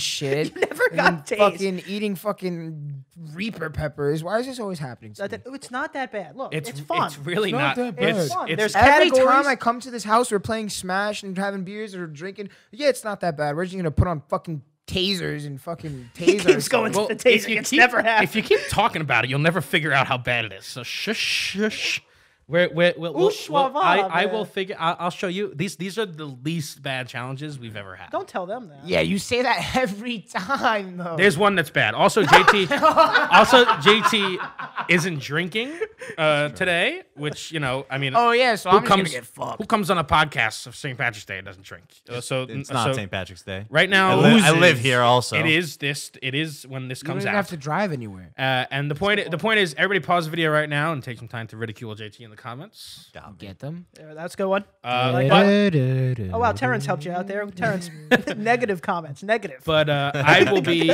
S3: shit.
S2: You never
S3: and
S2: got
S3: then
S2: tased.
S3: Fucking eating fucking reaper peppers. Why is this always happening? To
S2: That-
S3: me?
S2: that- it's not that bad. Look,
S1: it's
S2: it's, fun.
S1: It's really
S3: It's
S1: not.
S3: not that
S1: It's,
S3: bad.
S2: Fun.
S1: it's-
S2: There's
S3: Every
S2: categories.
S3: time I come to this house, we're playing Smash and having beers or drinking. Yeah, it's not that bad. We're just gonna put on fucking tasers and fucking tasers.
S2: he keeps going
S1: well,
S2: to the
S1: if
S2: tasing.
S1: you
S2: It's
S1: keep-
S2: never
S1: If
S2: happened.
S1: you keep talking about it, you'll never figure out how bad it is. So shush, shush. We're, we're, we'll, we'll,
S2: Ushwa
S1: we'll- I,
S2: va,
S1: I will
S2: man.
S1: figure. I'll, I'll show you. These these are the least bad challenges we've ever had.
S2: Don't tell them that.
S3: Yeah, you say that every time though.
S1: There's one that's bad. Also, JT. also, JT isn't drinking uh, today, which you know, I mean,
S3: Oh yeah, so
S1: who
S3: I'm just
S1: comes
S3: gonna get fucked.
S1: who comes on a podcast of St. Patrick's Day and doesn't drink? Uh, so
S4: It's
S1: uh,
S4: not
S1: so
S4: St. Patrick's Day.
S1: Right now,
S4: I, li- I live
S1: loses.
S4: here also.
S1: It is this. It is when this
S3: You don't
S1: comes
S3: even
S1: out.
S3: have to drive anywhere.
S1: Uh, and the point, the point is, everybody pause the video right now and take some time to ridicule JT in the comments.
S4: Stop it.
S3: Get them.
S2: There, that's a good one.
S1: Uh,
S2: like
S1: but
S2: Oh wow, Terrence helped you out there. Terrence, negative comments, negative.
S1: but uh, I will be,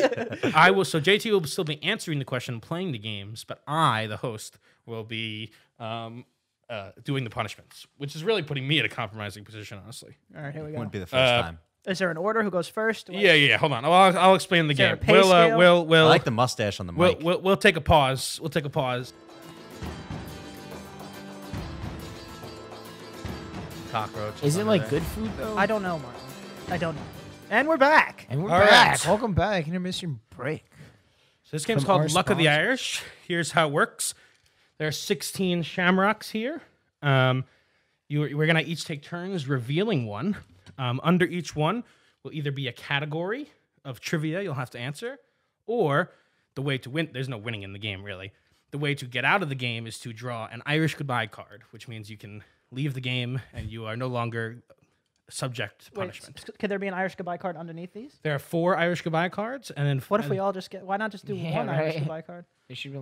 S1: I will. So JT will still be answering the question, and playing the games, but I, the host, will be um, uh, doing the punishments, which is really putting me in a compromising position, honestly.
S2: All right, here we go.
S4: Wouldn't be the first
S1: Uh,
S4: time.
S2: Is there an order? Who goes first? Do I-
S1: Yeah, yeah. yeah, Hold on, I'll, I'll explain the
S2: there a
S1: game.
S2: pay
S1: We'll, uh,
S2: scale?
S1: we'll,
S4: I
S1: we'll,
S4: like the mustache on the
S1: we'll,
S4: mic.
S1: we'll, we'll take a pause. We'll take a pause. Cockroach.
S3: Is it like good food though?
S2: I don't know, Martin. I don't know. And we're back.
S3: And we're
S1: All
S3: back.
S1: right.
S3: Welcome back. Intermission break.
S1: So this game's
S3: From
S1: called
S3: our
S1: Luck of the
S3: sponsors.
S1: Irish. Here's how it works. There are 16 shamrocks here. Um, you, we're going to each take turns revealing one. Um, under each one will either be a category of trivia you'll have to answer, or the way to win. There's no winning in the game, really. The way to get out of the game is to draw an Irish goodbye card, which means you can leave the game and you are no longer subject to
S2: Wait,
S1: punishment.
S2: s- could there be an Irish goodbye card underneath these?
S1: There are four Irish goodbye cards, and then
S2: What if we all just get? Why not just do
S3: Yeah,
S2: one Irish
S3: right.
S2: goodbye card?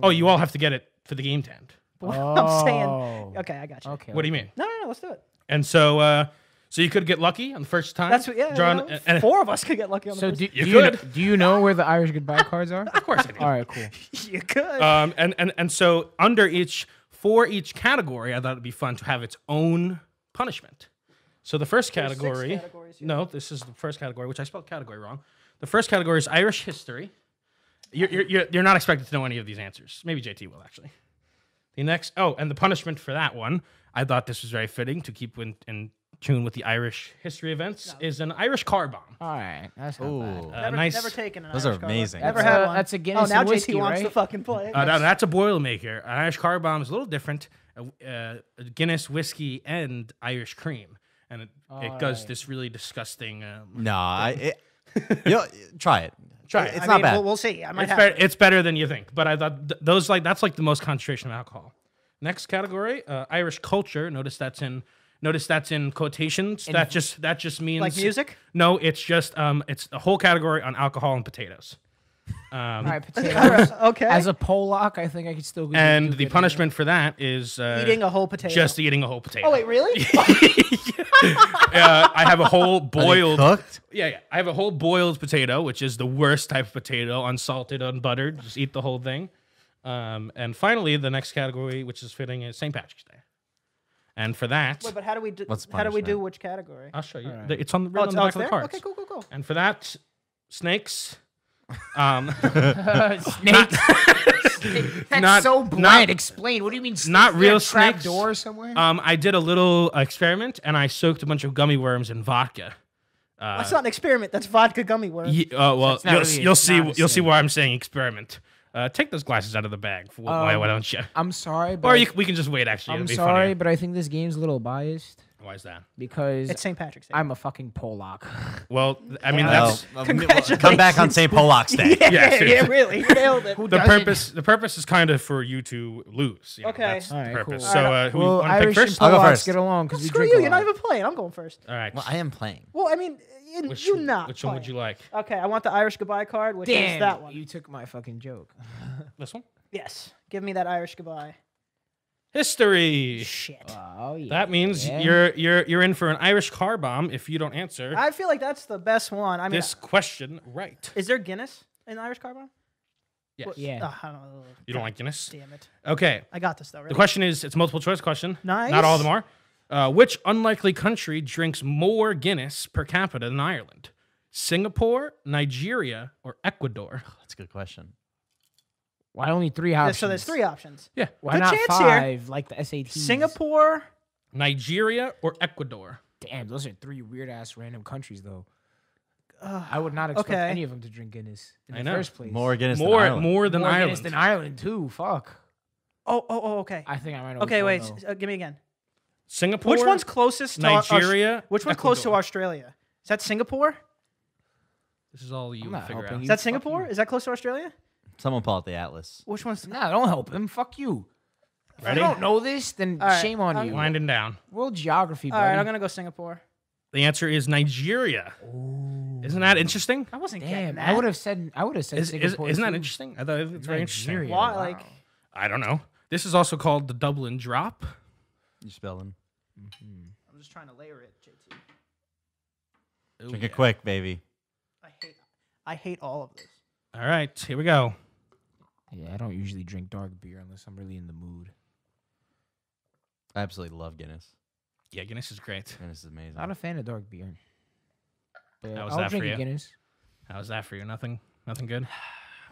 S1: Oh, you all have to get it for the game to end.
S2: But what I'm saying.
S3: Oh.
S2: Okay, I got you.
S3: Okay.
S1: What do you mean?
S2: No, no, no. Let's do it.
S1: And so, uh, so you could get lucky on the first time.
S2: That's what. Yeah.
S1: Drawn,
S2: you know,
S1: and- and-
S2: four of us could get lucky on the
S3: So
S2: first.
S3: do,
S1: You
S3: do you kn-
S1: could.
S3: do you know where the Irish goodbye cards are?
S1: of course, I did.
S3: All right, cool.
S2: you could.
S1: Um, and and and so under each for each category, I thought it'd be fun to have its own punishment. So the first
S2: six
S1: category,
S2: categories here.
S1: no, this is the first category, which I spelled category wrong. The first category is Irish history. You're you're you're, you're not expected to know any of these answers. Maybe JT will actually. The next, oh, and the punishment for that one, I thought this was very fitting to keep in, in tune with the Irish history events, is an Irish car bomb.
S3: All right, that's not
S4: Ooh.
S3: bad.
S1: Uh,
S2: never,
S1: nice.
S2: never taken an
S4: Those
S2: Irish
S4: are
S2: goodbye.
S4: amazing.
S2: Never
S3: That's
S2: had
S3: a-
S2: one.
S3: that's a
S2: Oh,
S3: Guinness
S2: now
S3: and whiskey,
S2: JT wants to
S3: right?
S2: fucking play.
S1: Uh, that- that's a Boilermaker. An Irish car bomb is a little different. Uh, uh, Guinness whiskey and Irish cream, and it, it does
S3: Alright.
S1: this really disgusting. Um,
S4: no, I. It, you know, try it.
S1: Try it.
S4: It's
S2: I
S4: not
S2: mean,
S4: bad.
S2: We'll, we'll see. I might
S1: it's,
S2: have.
S1: better, it's better than you think. But I thought th- those like that's like the most concentration of alcohol. Next category, uh, Irish culture. Notice that's in. Notice that's in quotations. that just that just means
S2: Like music?
S1: No, it's just um, it's a whole category on alcohol and potatoes.
S3: All right,
S2: All
S3: potato.
S2: right, okay.
S3: As a Pollock, I think I could still. do-
S1: And
S3: do
S1: the
S3: good
S1: punishment for that is uh,
S2: Eating a whole potato.
S1: Just eating a whole potato.
S2: oh wait, really?
S1: uh, I have a whole
S4: Are they
S1: boiled.
S4: cooked?
S1: Yeah, yeah. I have a whole boiled potato, which is the worst type of potato, unsalted, unbuttered. Just eat the whole thing. Um, and finally, the next category, which is fitting, is St. Patrick's Day. And for that,
S2: Wait, but how do we do?
S4: What's
S2: how do we do
S4: punishment?
S2: which category?
S1: I'll show you.
S3: Alright.
S1: The- It's on the,
S2: Oh,
S1: right on
S2: it's-
S1: the
S2: oh,
S1: back
S2: it's
S1: of the
S2: there?
S1: cards.
S2: Okay, cool, cool, cool.
S1: And for that, snakes. Um,
S3: snakes. That's
S1: Not-
S3: so
S1: not-
S3: bland. Explain. What do you mean? Snakes?
S1: not
S3: Is there
S1: real
S3: a trap
S1: snakes.
S3: Door somewhere.
S1: um, I did a little experiment, and I soaked a bunch of gummy worms in vodka.
S2: That's not an experiment. That's vodka gummy worm.
S1: Ye- uh, well,
S3: it's not
S1: you'll,
S3: really-
S1: you'll
S3: it's
S1: see.
S3: not a
S1: You'll see
S3: sin.
S1: why I'm saying experiment. Uh, take those glasses out of the bag.
S2: Um,
S1: For, why, why don't you?
S3: I'm sorry, but
S1: Or
S3: I-
S1: you, c- we can just wait. Actually,
S3: I'm
S1: it'll be
S3: sorry,
S1: funnier.
S3: but I think this game's a little biased
S1: Why is that?
S3: because
S2: It's St. Patrick's Day.
S3: I'm a fucking Pollock.
S1: Well, th- I mean
S4: Well,
S1: that's
S4: um, come back on St. Pollock's Day.
S1: yeah,
S2: yeah,
S1: seriously.
S2: really, you nailed it.
S1: the
S3: does it?
S1: purpose. The purpose is kind of for you to lose. You know,
S2: Okay.
S1: that's the
S3: Alright,
S1: purpose.
S3: cool.
S1: So uh, who
S3: well,
S1: you want to pick
S3: Irish and
S1: first?
S4: I'll go
S3: Pollocks
S4: first.
S3: get along because we
S2: Screw
S3: drink.
S2: you.
S3: a
S2: You're not
S3: lot.
S2: even playing. I'm going first.
S1: All right.
S4: Well, I am playing.
S2: Well, I mean, you,
S1: which
S2: you not.
S1: which one would you
S2: playing.
S1: like?
S2: Okay, I want the Irish goodbye card, which
S3: Damn,
S2: is that one.
S3: You took my fucking joke.
S1: This one.
S2: Yes, give me that Irish goodbye. Uh,
S1: History.
S2: Shit.
S3: Oh yeah.
S1: That means
S3: yeah.
S1: you're you're you're in for an Irish car bomb if you don't answer
S2: I feel like that's the best one. I mean, uh,
S1: this question right.
S2: is there Guinness in Irish car bomb?
S1: Yes.
S2: What-
S3: Yeah.
S2: Oh, I don't know.
S1: You don't like Guinness?
S2: Damn it.
S1: Okay.
S2: I got this though. Really.
S1: The question is, it's a multiple choice question. Not
S2: Nice.
S1: all of them are. Uh, which unlikely country drinks more Guinness per capita than Ireland? Singapore, Nigeria, or Ecuador?
S4: That's a good question.
S3: Why only three
S2: Yeah,
S3: options?
S2: so there's three options.
S1: Yeah.
S3: Why
S2: Good
S3: not
S2: chance here.
S3: five like the SAT?
S2: Singapore.
S1: Nigeria or Ecuador?
S3: Damn, those are three weird ass random countries though. I would not expect
S2: okay.
S3: any of them to drink Guinness in
S1: I
S3: the
S1: know.
S3: first place.
S4: More Guinness than
S1: more,
S4: Ireland.
S1: more than
S3: More
S1: Ireland.
S3: Guinness than Ireland too. Fuck.
S2: Oh, oh, oh. Okay.
S3: I think I might know.
S2: okay,
S3: which
S2: wait.
S3: one,
S2: s- Uh, give me again.
S1: Singapore.
S2: Which one's closest to Au- Aus-
S1: Nigeria,
S2: which one's close to
S1: Ecuador.
S2: Australia? Is that Singapore?
S1: This is all you
S3: I'm
S1: would
S3: not
S1: figure
S3: helping
S1: out.
S3: you.
S2: Is that Singapore? Is that close to Australia?
S4: Someone pull out the atlas.
S2: Which one's?
S3: though. Nah, don't help him. Fuck you. If I don't know this, then
S2: All right,
S3: shame on
S2: I'm-
S3: you.
S1: Winding down.
S3: World geography,
S2: All
S3: buddy.
S2: right, I'm gonna go Singapore.
S1: The answer is Nigeria. Isn't that interesting?
S2: I wasn't getting
S3: Damn,
S2: that.
S3: I would have said I would have said
S1: Is, is,
S3: Singapore.
S1: isn't that
S3: too.
S1: interesting? I thought it- it's very interesting.
S3: Nigeria,
S2: Why,
S3: wow.
S2: like-
S1: I don't know. This is also called the Dublin Drop.
S4: You're spelling.
S2: I'm just trying to layer it, JT.
S1: Ooh,
S4: Drink
S1: yeah.
S4: it quick, baby.
S2: I hate, I hate all of this.
S1: All right, here we go.
S3: Yeah, I don't usually drink dark beer unless I'm really in the mood.
S4: I absolutely love Guinness.
S1: Yeah, Guinness is great.
S4: Guinness is amazing.
S3: Not a fan of dark beer. But
S1: How was
S3: I'll
S1: that for
S3: drink a
S1: you?
S3: Guinness.
S1: How's that for you? Nothing. Nothing good.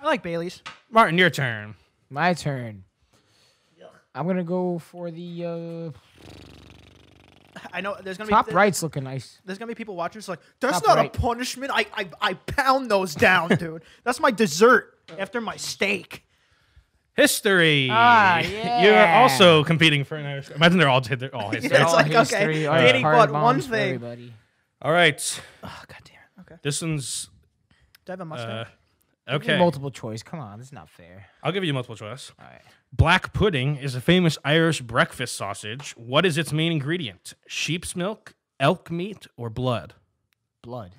S2: I like Bailey's.
S1: Martin, your turn.
S3: My turn. I'm gonna go for the
S2: I know there's
S3: uh,
S2: gonna
S3: top
S2: be
S3: right's looking nice.
S2: There's gonna be people watching. It's like that's
S3: Top
S2: not
S3: right.
S2: a punishment. I, I I pound those down, dude. That's my dessert after my steak.
S1: History.
S3: Ah,
S1: You're
S3: yeah.
S1: also competing for an Irish. Imagine they're all they're all history.
S2: It's
S3: All
S2: like, okay,
S3: history, all
S2: Danny
S3: hard
S2: bought one
S3: bombs for
S2: thing.
S3: everybody.
S1: All right,
S2: Oh god damn it. Okay.
S1: this one's
S2: Do I have a
S1: uh,
S2: mustache?
S1: okay.
S3: Multiple choice. Come on, this is not fair.
S1: I'll give you multiple choice.
S3: All right.
S1: Black pudding is a famous Irish breakfast sausage. What is its main ingredient? Sheep's milk, elk meat, or blood?
S3: Blood.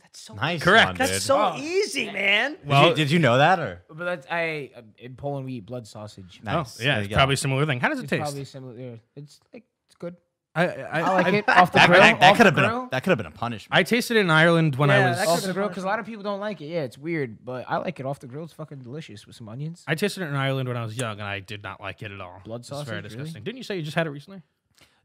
S2: that's so
S4: nice.
S1: Correct.
S4: one,
S2: that's
S4: dude.
S2: so
S3: Oh.
S2: easy, man.
S4: Did,
S1: Well-
S4: you, did you know that or?
S3: But that's I uh, in Poland we eat blood sausage.
S4: Nice.
S1: Oh, yeah,
S4: There
S1: it's
S4: you go.
S1: probably a similar thing. How does it
S3: It's
S1: taste?
S3: probably similar. yeah, It's like it's good.
S4: I, I,
S3: I like
S4: I-
S3: it off the
S4: That,
S3: grill.
S4: that, that
S3: off
S4: could have
S3: the
S4: been a,
S3: grill.
S4: that could have been a punishment.
S1: I tasted it in Ireland when
S2: Yeah,
S1: I was.
S2: that
S3: off
S2: could've
S3: the
S2: been
S3: grill
S2: a
S3: because a lot of people don't like it. Yeah, it's weird, but I like it off the grill. It's fucking delicious with some onions.
S1: I tasted it in Ireland when I was young, and I did not like it at all.
S3: Blood
S1: It's very
S3: sausage, really?
S1: disgusting. Didn't you say you just had it recently?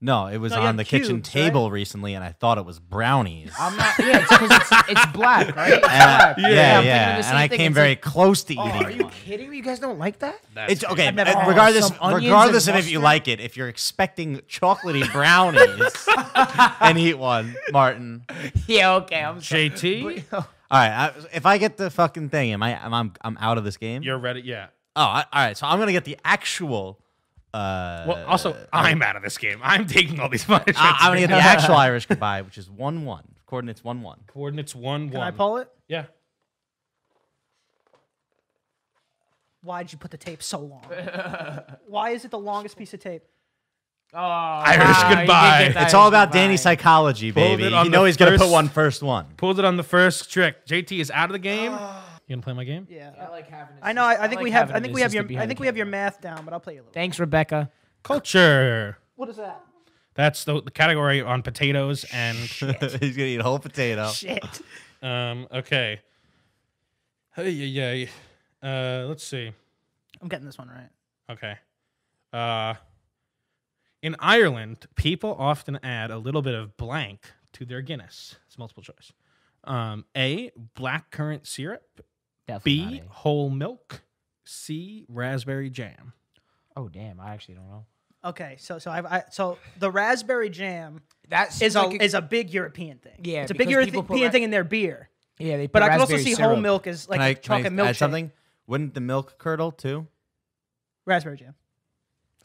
S4: no, it was
S2: No, you
S4: on
S2: had
S4: the kitchen
S2: cubes, right?
S4: table recently, and I thought it was brownies.
S3: I'm not. Yeah, it's because it's, it's black, right? It's
S4: And I-
S3: black.
S4: yeah,
S3: I'm
S4: yeah,
S3: thinking the same
S4: and I
S3: thing.
S4: came
S3: It's
S4: very
S3: like,
S4: close to
S3: "Oh,
S4: eating.
S3: are you
S4: one.
S3: kidding me? You guys don't like that?
S1: That's
S4: It's
S1: good.
S4: okay.
S3: never-
S4: uh,
S3: Oh,
S4: regardless,
S3: some onions and
S4: regardless of if you
S3: mustard?
S4: like it, if you're expecting chocolatey brownies and eat one, Martin.
S3: Yeah, okay. I'm sorry.
S1: JT,
S4: All right, I, if I get the fucking thing, am I? am- I'm I'm out of this game.
S1: you're ready. Yeah.
S4: oh, I, all right. So I'm gonna get the actual. Uh,
S1: Well, also, I'm out of this game. I'm taking all these punishments.
S4: I, I'm gonna get the actual Irish goodbye, which is one one coordinates one one.
S1: coordinates one
S2: Can
S1: one.
S2: I pull it?
S1: Yeah.
S2: Why did you put the tape so long? Why is it the longest piece of tape?
S3: Oh,
S1: Irish
S2: Ah,
S3: wow, you did
S1: goodbye.
S3: get the
S4: It's all
S3: Irish
S4: about
S3: goodbye.
S4: Danny's psychology,
S1: Pulled
S4: baby.
S1: it on
S4: You know
S1: the
S4: he's gonna put
S1: first-
S4: one first one.
S1: Pulled it on the first trick. JT is out of the game. You gonna play my game?
S2: Yeah.
S3: I like having.
S2: I know. I, I think
S3: like
S2: we have.
S3: having
S2: I
S3: an
S2: think we have your.
S3: assistant
S2: I
S3: behind
S2: think
S3: the
S2: we have your
S3: camera.
S2: math down, but I'll play you a little.
S3: Thanks, Rebecca.
S1: Culture.
S2: What is that?
S1: That's the, the category on potatoes and
S4: he's gonna eat a whole potato.
S2: Shit.
S1: um. Okay. Hey, yeah, yeah. Uh, let's see.
S2: I'm getting this one right.
S1: Okay. Uh, in Ireland, people often add a little bit of blank to their Guinness. It's multiple choice. Um, a blackcurrant syrup.
S3: Definitely
S1: B
S3: not
S1: whole milk. C raspberry jam.
S3: A. Oh damn! I actually don't know.
S2: Okay, so so I, I so the raspberry jam
S3: That
S2: is a, is a big European thing.
S3: Yeah,
S2: it's a big
S3: because
S2: European
S3: people put ra-
S2: thing in their beer.
S3: yeah. They put
S2: But I can also
S3: raspberry
S2: see
S3: syrup.
S2: whole milk as like
S4: Can I,
S2: a
S4: can I
S2: chocolate
S4: add
S2: milk
S4: something? Wouldn't the milk curdle too?
S2: Raspberry jam.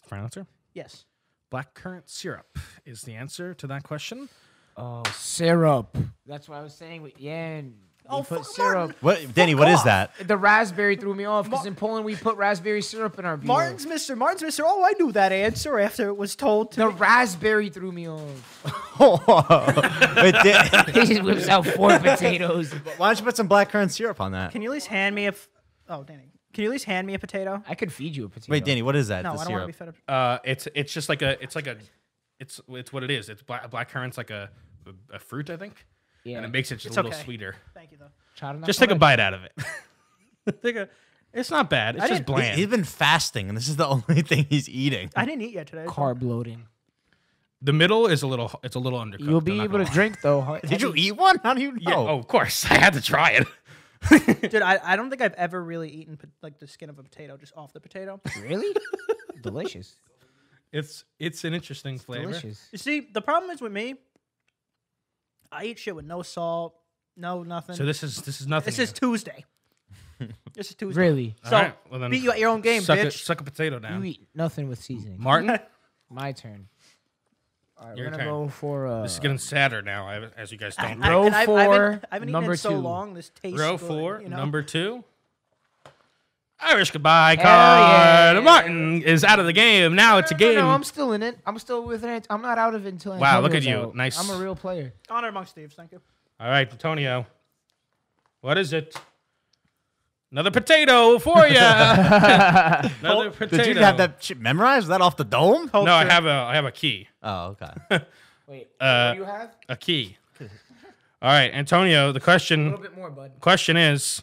S1: Final answer.
S2: Yes.
S1: Blackcurrant syrup is the answer to that question.
S3: Oh, syrup. That's what I was saying. We- Yeah. and we
S2: Oh,
S3: put
S2: fuck,
S3: syrup.
S4: What, Danny? What is
S2: off.
S4: that?
S3: The raspberry threw me off because
S2: Mar-
S3: in Poland we put raspberry syrup in our beer.
S2: Martin's Mister. Martin's Mister. Oh, I knew that answer after it was told. To
S3: the raspberry threw me off.
S4: Wait, Dan-
S3: he just whips out four potatoes.
S4: why don't you put some blackcurrant syrup on that?
S2: Can you at least hand me a? F- oh, Danny. Can you at least hand me a potato?
S3: I could feed you a potato.
S4: Wait, Danny, what is that?
S2: No,
S4: the
S2: I don't want to
S4: syrup.
S2: be fed up.
S1: Uh, it's it's just like a it's like a it's it's what it is. It's black blackcurrant's like a a fruit, I think.
S3: Yeah.
S1: And it makes it just
S2: It's
S1: a little
S2: okay.
S1: sweeter.
S2: Thank you though.
S3: Chowder not
S1: Just take a
S3: correct.
S1: bite out of it. take a, it's not bad. It's
S2: I
S1: just
S2: didn't-
S1: bland.
S4: He, has been fasting, and this is the only thing he's eating.
S2: I didn't eat yet today.
S3: Carb loading.
S1: The middle is a little. It's a little undercooked.
S3: You'll
S1: I'm
S3: be
S1: not
S3: able
S1: gonna
S3: to
S1: lie.
S3: drink though. huh?
S4: Did you eat one? How do you know?
S1: Yeah. Oh, of course. I had to try it.
S2: Dude, I, I don't think I've ever really eaten po- like the skin of a potato, just off the potato.
S3: Really? Delicious.
S1: It's it's an interesting flavor.
S3: Delicious.
S2: You see, the problem is with me, I eat shit with no salt, no nothing.
S1: So this is this is nothing.
S2: this is Tuesday. this is Tuesday.
S3: Really?
S2: So
S1: All right, well then
S2: beat you at your own game,
S1: suck
S2: bitch.
S1: A, suck a potato
S3: You
S1: down,
S3: eat nothing with seasoning.
S1: Martin.
S3: My turn. All right,
S1: Your
S3: we're gonna
S1: turn.
S3: go for uh,
S1: this is getting sadder now, I- as you guys don't.
S2: I-
S1: know.
S3: Row
S2: and I've- I haven't-
S3: four,
S2: I haven't eaten
S3: number
S2: it so
S3: two.
S2: long. This tastes
S1: Row
S2: good,
S1: four,
S2: you know?
S1: number two. Irish goodbye
S3: Hell yeah.
S1: card. Martin is out of the game. Now it's a
S3: No, no,
S1: game.
S3: no, I'm still in it. I'm still with it. I'm not out of it until.
S1: Wow, look at
S3: Antonio's
S1: you.
S3: out.
S1: Nice.
S3: I'm a real player.
S2: Honor amongst thieves. Thank you.
S1: All right, Antonio. What is it? Another potato for you. Another potato.
S4: Did you have that shit memorized? Was that off the dome?
S2: Oh.
S1: No, I have a I have a key.
S4: Oh, okay.
S3: Wait,
S1: Uh,
S3: what do you have? A
S1: A key. All right, Antonio, the question
S3: little bit more, bud.
S1: question is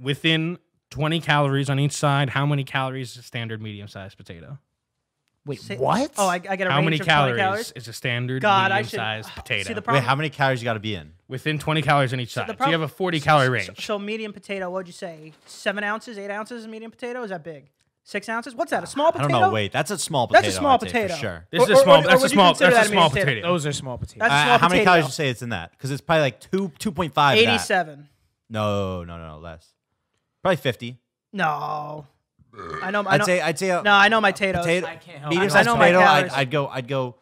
S1: within 20 calories on each side, how many calories is a standard medium-sized potato?
S3: Wait,
S2: Say-
S3: what?
S2: Oh, I, I get a
S1: How
S2: range
S1: many
S2: of 20
S1: calories, is a standard
S2: God, I should-
S1: medium-sized potato?
S2: See the
S4: Wait,
S2: problem.
S4: how many calories you got to be in?
S1: within 20 calories on each side.
S2: the
S1: so you have
S2: prob-
S1: a 40 calorie range.
S2: So, so medium potato. What'd you say? Seven ounces, eight ounces of medium potato. Is that big? Six ounces. What's that? A small
S4: I
S2: potato?
S4: don't know. Wait, that's a small potato.
S2: That's a small
S4: I'd say,
S2: potato.
S4: For sure.
S1: this
S2: Or-
S1: is a
S2: or-
S1: small
S2: or
S1: that's a
S2: would you
S1: small
S2: consider
S1: that's a
S2: that a
S1: small
S2: medium
S1: potato.
S2: potato?
S3: Those are small potatoes.
S2: That's-
S4: Uh,
S2: small
S4: how many
S2: potato.
S4: calories you say it's in that? Because it's probably like two two point five. that.
S2: Eighty-seven.
S4: No, no, no, no, less. Probably fifty.
S2: No. I know. I
S4: I'd
S2: know.
S4: say I'd say a
S2: no, I know my potatoes.
S4: potato.
S3: I can't help
S4: Medium
S3: it.
S4: sized
S2: I know my
S4: potato. I'd,
S2: calories.
S4: I'd go. I'd go.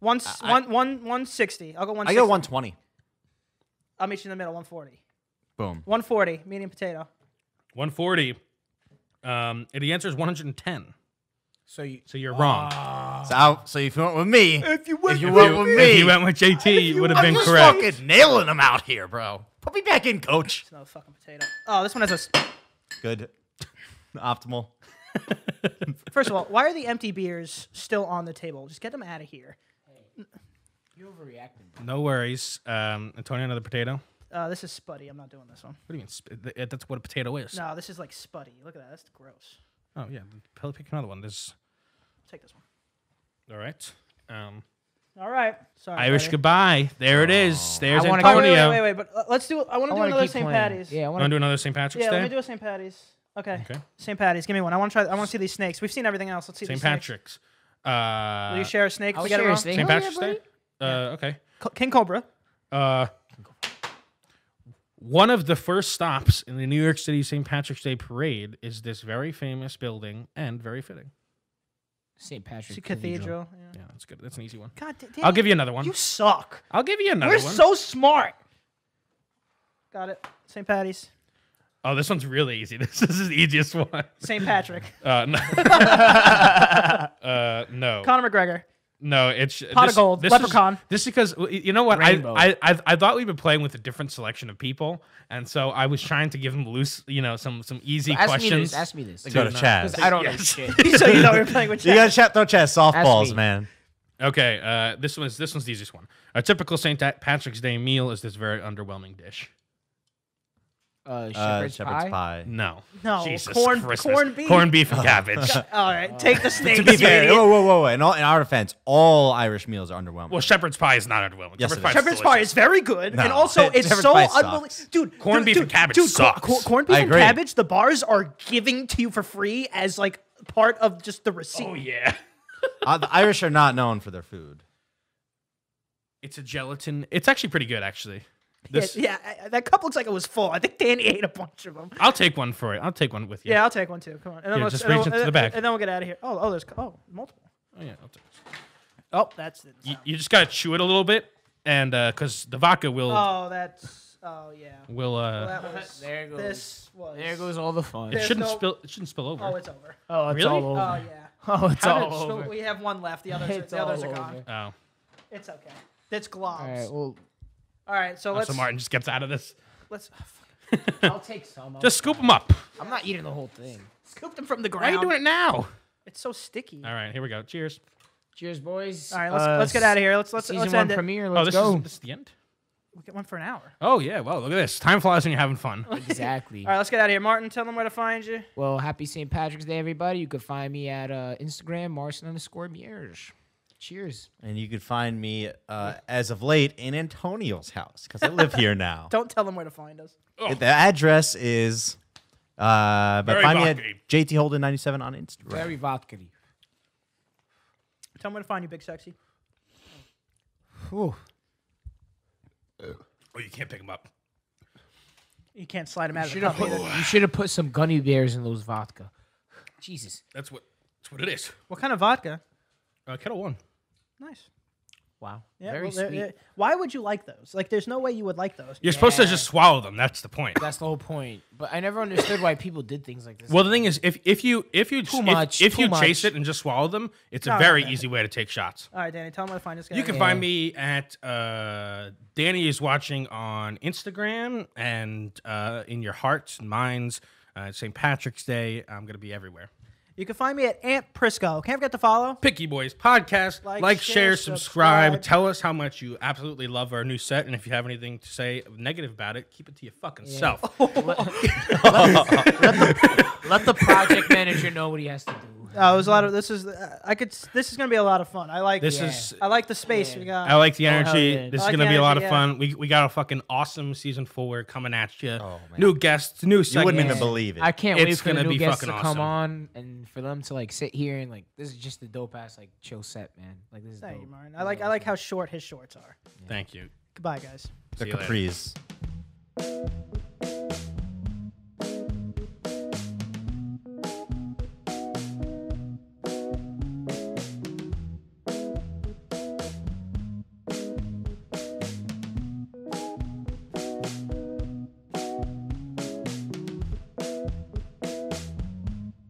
S2: One, s-
S4: I-
S2: one, one, one sixty. I'll go one.
S4: I go one twenty.
S2: I'll meet you in the middle. One forty.
S4: Boom.
S2: One forty. Medium potato.
S1: 140. Um, and the answer is 110.
S3: So you,
S1: So you're wrong.
S4: So, I, so if you went with me,
S2: If you went
S4: if you
S2: with
S4: went with
S1: If
S4: me,
S1: you went with JT, you would have
S4: I'm
S1: been
S4: just
S1: correct.
S4: fucking nailing them out here, bro. Put me back in, coach.
S2: It's another fucking potato. Oh, this one has a. s-
S4: Good. Optimal.
S2: First of all, why are the empty beers still on the table? Just get them out of here.
S3: you overreacted. bro.
S1: No worries. Um, Antonio, another potato.
S2: Uh, this is Spuddy. I'm not doing this one.
S1: What do you mean? sp- th- th- That's what a potato is.
S2: No, this is like Spuddy. Look at that. That's gross.
S1: Oh yeah, P- pick another one. There's
S2: Take this one.
S1: all right. Um,
S2: All right. Sorry.
S1: Irish
S2: buddy.
S1: goodbye. There it is. There's
S3: I wanna-
S2: Oh, wait,
S1: Antonio.
S2: wait, wait, wait, But uh, let's do. I want to do
S3: I wanna
S2: another
S3: keep
S2: St.
S3: playing.
S2: Patty's.
S3: Yeah, I
S1: Want to
S3: want
S1: do another St. Patrick's
S2: Yeah. Let me
S1: Day?
S2: do a St. Patty's. Okay.
S1: Okay.
S2: St. Patty's. Give me one. I want to try. I want to see these snakes. We've seen everything else. Let's see.
S1: St.
S2: these snakes.
S1: Patrick's.
S2: Will
S1: Uh,
S2: you share a snake? if
S3: I'll
S2: we get it
S3: share a
S2: wrong?
S3: snake.
S1: St.
S3: Oh, yeah,
S1: Patrick's Day.
S3: buddy.
S1: Uh, okay.
S2: Co- King Cobra.
S1: Uh, one of the first stops in the New York City St. Patrick's Day parade is this very famous building and very fitting.
S3: St.
S2: It's a
S3: Patrick's Cathedral.
S2: cathedral. Yeah.
S1: Yeah, that's good. That's an easy one.
S2: God da- damn.
S1: I'll give you another one.
S2: You suck.
S1: I'll give you another
S2: We're
S1: one.
S2: so smart. Got it. St. Patty's.
S1: oh, this one's really easy. This, this is the easiest one.
S2: St. Patrick.
S1: Uh, no. uh, no.
S2: Conor McGregor.
S1: No, it's
S2: Pot of gold,
S1: is-
S2: leprechaun.
S1: this is because well, y- you know what I,
S3: Rainbow.
S1: I I I thought we'd been playing with a different selection of people, and so I was trying to give them loose, you know, some some easy
S3: Ask me
S1: questions.
S3: this. Ask me this.
S4: Go to
S1: no.
S4: Chaz.
S3: 'Cause I don't
S1: Yes.
S3: know shit.
S2: so you know we are playing with
S4: you
S2: Chad.
S4: gotta chat, throw Chaz
S3: me.
S4: softballs, man.
S1: okay, uh, this one's this one's the easiest one. A typical St. Ta- Patrick's Day meal is this very underwhelming dish.
S3: Uh,
S4: Uh,
S3: shepherd's, pie.
S1: No,
S2: No,
S1: Jesus
S2: corn-
S1: Christmas.
S2: corn beef.
S1: corn beef and cabbage.
S2: All
S1: Uh,
S2: right, take the snake.
S4: To be fair, whoa, whoa, whoa, whoa. In, all, in our defense, all Irish meals are underwhelming.
S1: well, shepherd's pie is not underwhelming.
S4: Yes, it is.
S2: Shepherd's pie is very good, and
S4: No.
S2: also it's
S4: Shepherd's
S2: so
S4: pie
S2: unbelievable,
S4: sucks.
S2: dude.
S1: Corned
S2: dude,
S1: beef
S2: dude,
S1: and cabbage
S2: dude, cor-
S1: sucks.
S2: cor- corned beef
S4: I
S2: and
S4: agree.
S2: cabbage. The bars are giving to you for free as like part of just the receipt.
S1: Oh yeah,
S4: Uh, the Irish are not known for their food.
S1: it's a gelatin. It's actually pretty good, actually. This,
S2: yeah, yeah, I- I- that cup looks like it was full. I think Danny ate a bunch of them.
S1: I'll take one for it. I'll take one with you.
S2: Yeah, I'll take one too. Come on, and then
S1: Yeah,
S2: let's,
S1: just
S2: and then
S1: reach
S2: we'll-
S1: into the
S2: and-
S1: back.
S2: and then we'll get out of here. Oh, oh, there's oh multiple.
S1: Oh, yeah I'll take this.
S2: Oh, that's the.
S1: you, you just gotta chew it a little bit, and because the vodka will
S2: Oh, that's oh yeah.
S1: will uh,
S2: That was,
S3: There goes-
S2: This was.
S3: There goes all the fun.
S1: it
S2: there's
S1: shouldn't
S2: no-
S1: spill. It shouldn't spill over.
S2: Oh, it's over.
S3: Oh, it's
S1: Really?
S3: all over.
S2: Oh yeah.
S3: oh, it's
S1: How did
S3: all
S1: it spill-
S3: over.
S2: We have one left. The others,
S3: It's
S2: the others
S3: all
S2: are
S3: over.
S2: gone.
S1: Oh.
S2: It's okay. That's
S3: All
S2: globs.
S3: right, well,
S2: All right, so
S1: Oh,
S2: let's
S1: so Martin just gets out of this.
S2: let's oh, fuck.
S3: I'll take some.
S1: Just scoop them up.
S3: I'm not eating the whole thing.
S2: scoop them from the
S1: Why are
S2: ground.
S1: you doing it now?
S2: It's so sticky.
S1: All right, here we go. Cheers.
S3: Cheers, boys. Uh,
S2: All right, let's let's get out of here. Let's let's
S3: Season
S2: let's
S3: one
S2: end it.
S3: premiere.
S1: oh,
S3: Let's
S1: this
S3: go.
S1: is this is the end.
S2: We'll get one for an hour.
S1: Oh yeah. Well, look at this. Time flies when you're having fun.
S3: exactly.
S2: All right, let's get out of here. Martin, tell them where to find you.
S3: Well, happy St. Patrick's Day, everybody. You can find me at uh, Instagram, Marson underscore Mierge. Cheers.
S4: And you could find me uh, as of late in Antonio's house because I live here now.
S2: Don't tell them where to find us.
S4: the address is. Uh, but
S1: Very
S4: find me
S1: rocky.
S4: at JT Holden ninety seven on Instagram.
S3: Very vodka
S2: Tell them where to find you, Big Sexy.
S1: Oh, you can't pick them up.
S2: You can't slide him out of the
S3: Should have
S2: cup
S3: put,
S2: either.
S3: you should have put some gummy bears in those vodka. Jesus.
S1: That's what. That's what it is.
S2: What kind of vodka?
S1: Uh, kettle one.
S2: Nice.
S3: Wow.
S2: Yeah,
S3: Very
S2: well, they're-
S3: sweet.
S2: they're- Why would you like those? Like, there's no way you would like those.
S1: You're supposed to
S3: Yeah.
S1: just swallow them. That's the point.
S3: That's the whole point. But I never understood why people did things like this.
S1: Well, the thing is, if if you if you
S3: Too
S1: if,
S3: much,
S1: if
S3: too
S1: you chase
S3: much.
S1: it and just swallow them, it's
S2: No,
S1: a very
S2: no, no.
S1: easy way to take shots.
S2: All right, Danny, tell them where to find this guy.
S1: You can
S3: Yeah.
S1: find me at uh, Danny is watching on Instagram and uh, in your hearts and minds. Uh, St. Patrick's Day. I'm gonna be everywhere.
S2: You can find me at Aunt Prisco. Can't forget to follow.
S1: Picky Boys podcast.
S2: Like,
S1: Like,
S2: share,
S1: share, subscribe.
S2: subscribe.
S1: Tell us how much you absolutely love our new set, and if you have anything to say negative about it, keep it to your fucking self.
S3: Let the project manager know what he has to do.
S2: Uh, it was a lot of. This is. Uh, I could. s- This is gonna be a lot of fun. I like.
S1: This
S3: Yeah.
S1: is.
S2: I like the space
S3: Yeah.
S2: we got.
S1: I like the
S3: hell
S1: energy.
S3: yeah.
S1: This is
S2: Oh, I like
S1: gonna
S2: the
S1: be a lot of
S2: energy, yeah.
S1: fun. We, we got a fucking awesome season four coming at you.
S4: Oh, man.
S1: New guests, new
S4: You wouldn't
S1: segments.
S4: even believe it.
S3: I can't wait
S1: It's
S3: for the
S1: gonna
S3: new
S1: be
S3: guests to
S1: fucking
S3: come
S1: awesome.
S3: on and for them to like sit here and like this is just a dope ass like chill set, man. Like this is
S2: Thank you,
S3: dope.
S2: Martin. I like. I like how short his shorts are.
S1: Thank you.
S2: Goodbye, guys.
S4: The
S1: See you later.
S4: capris.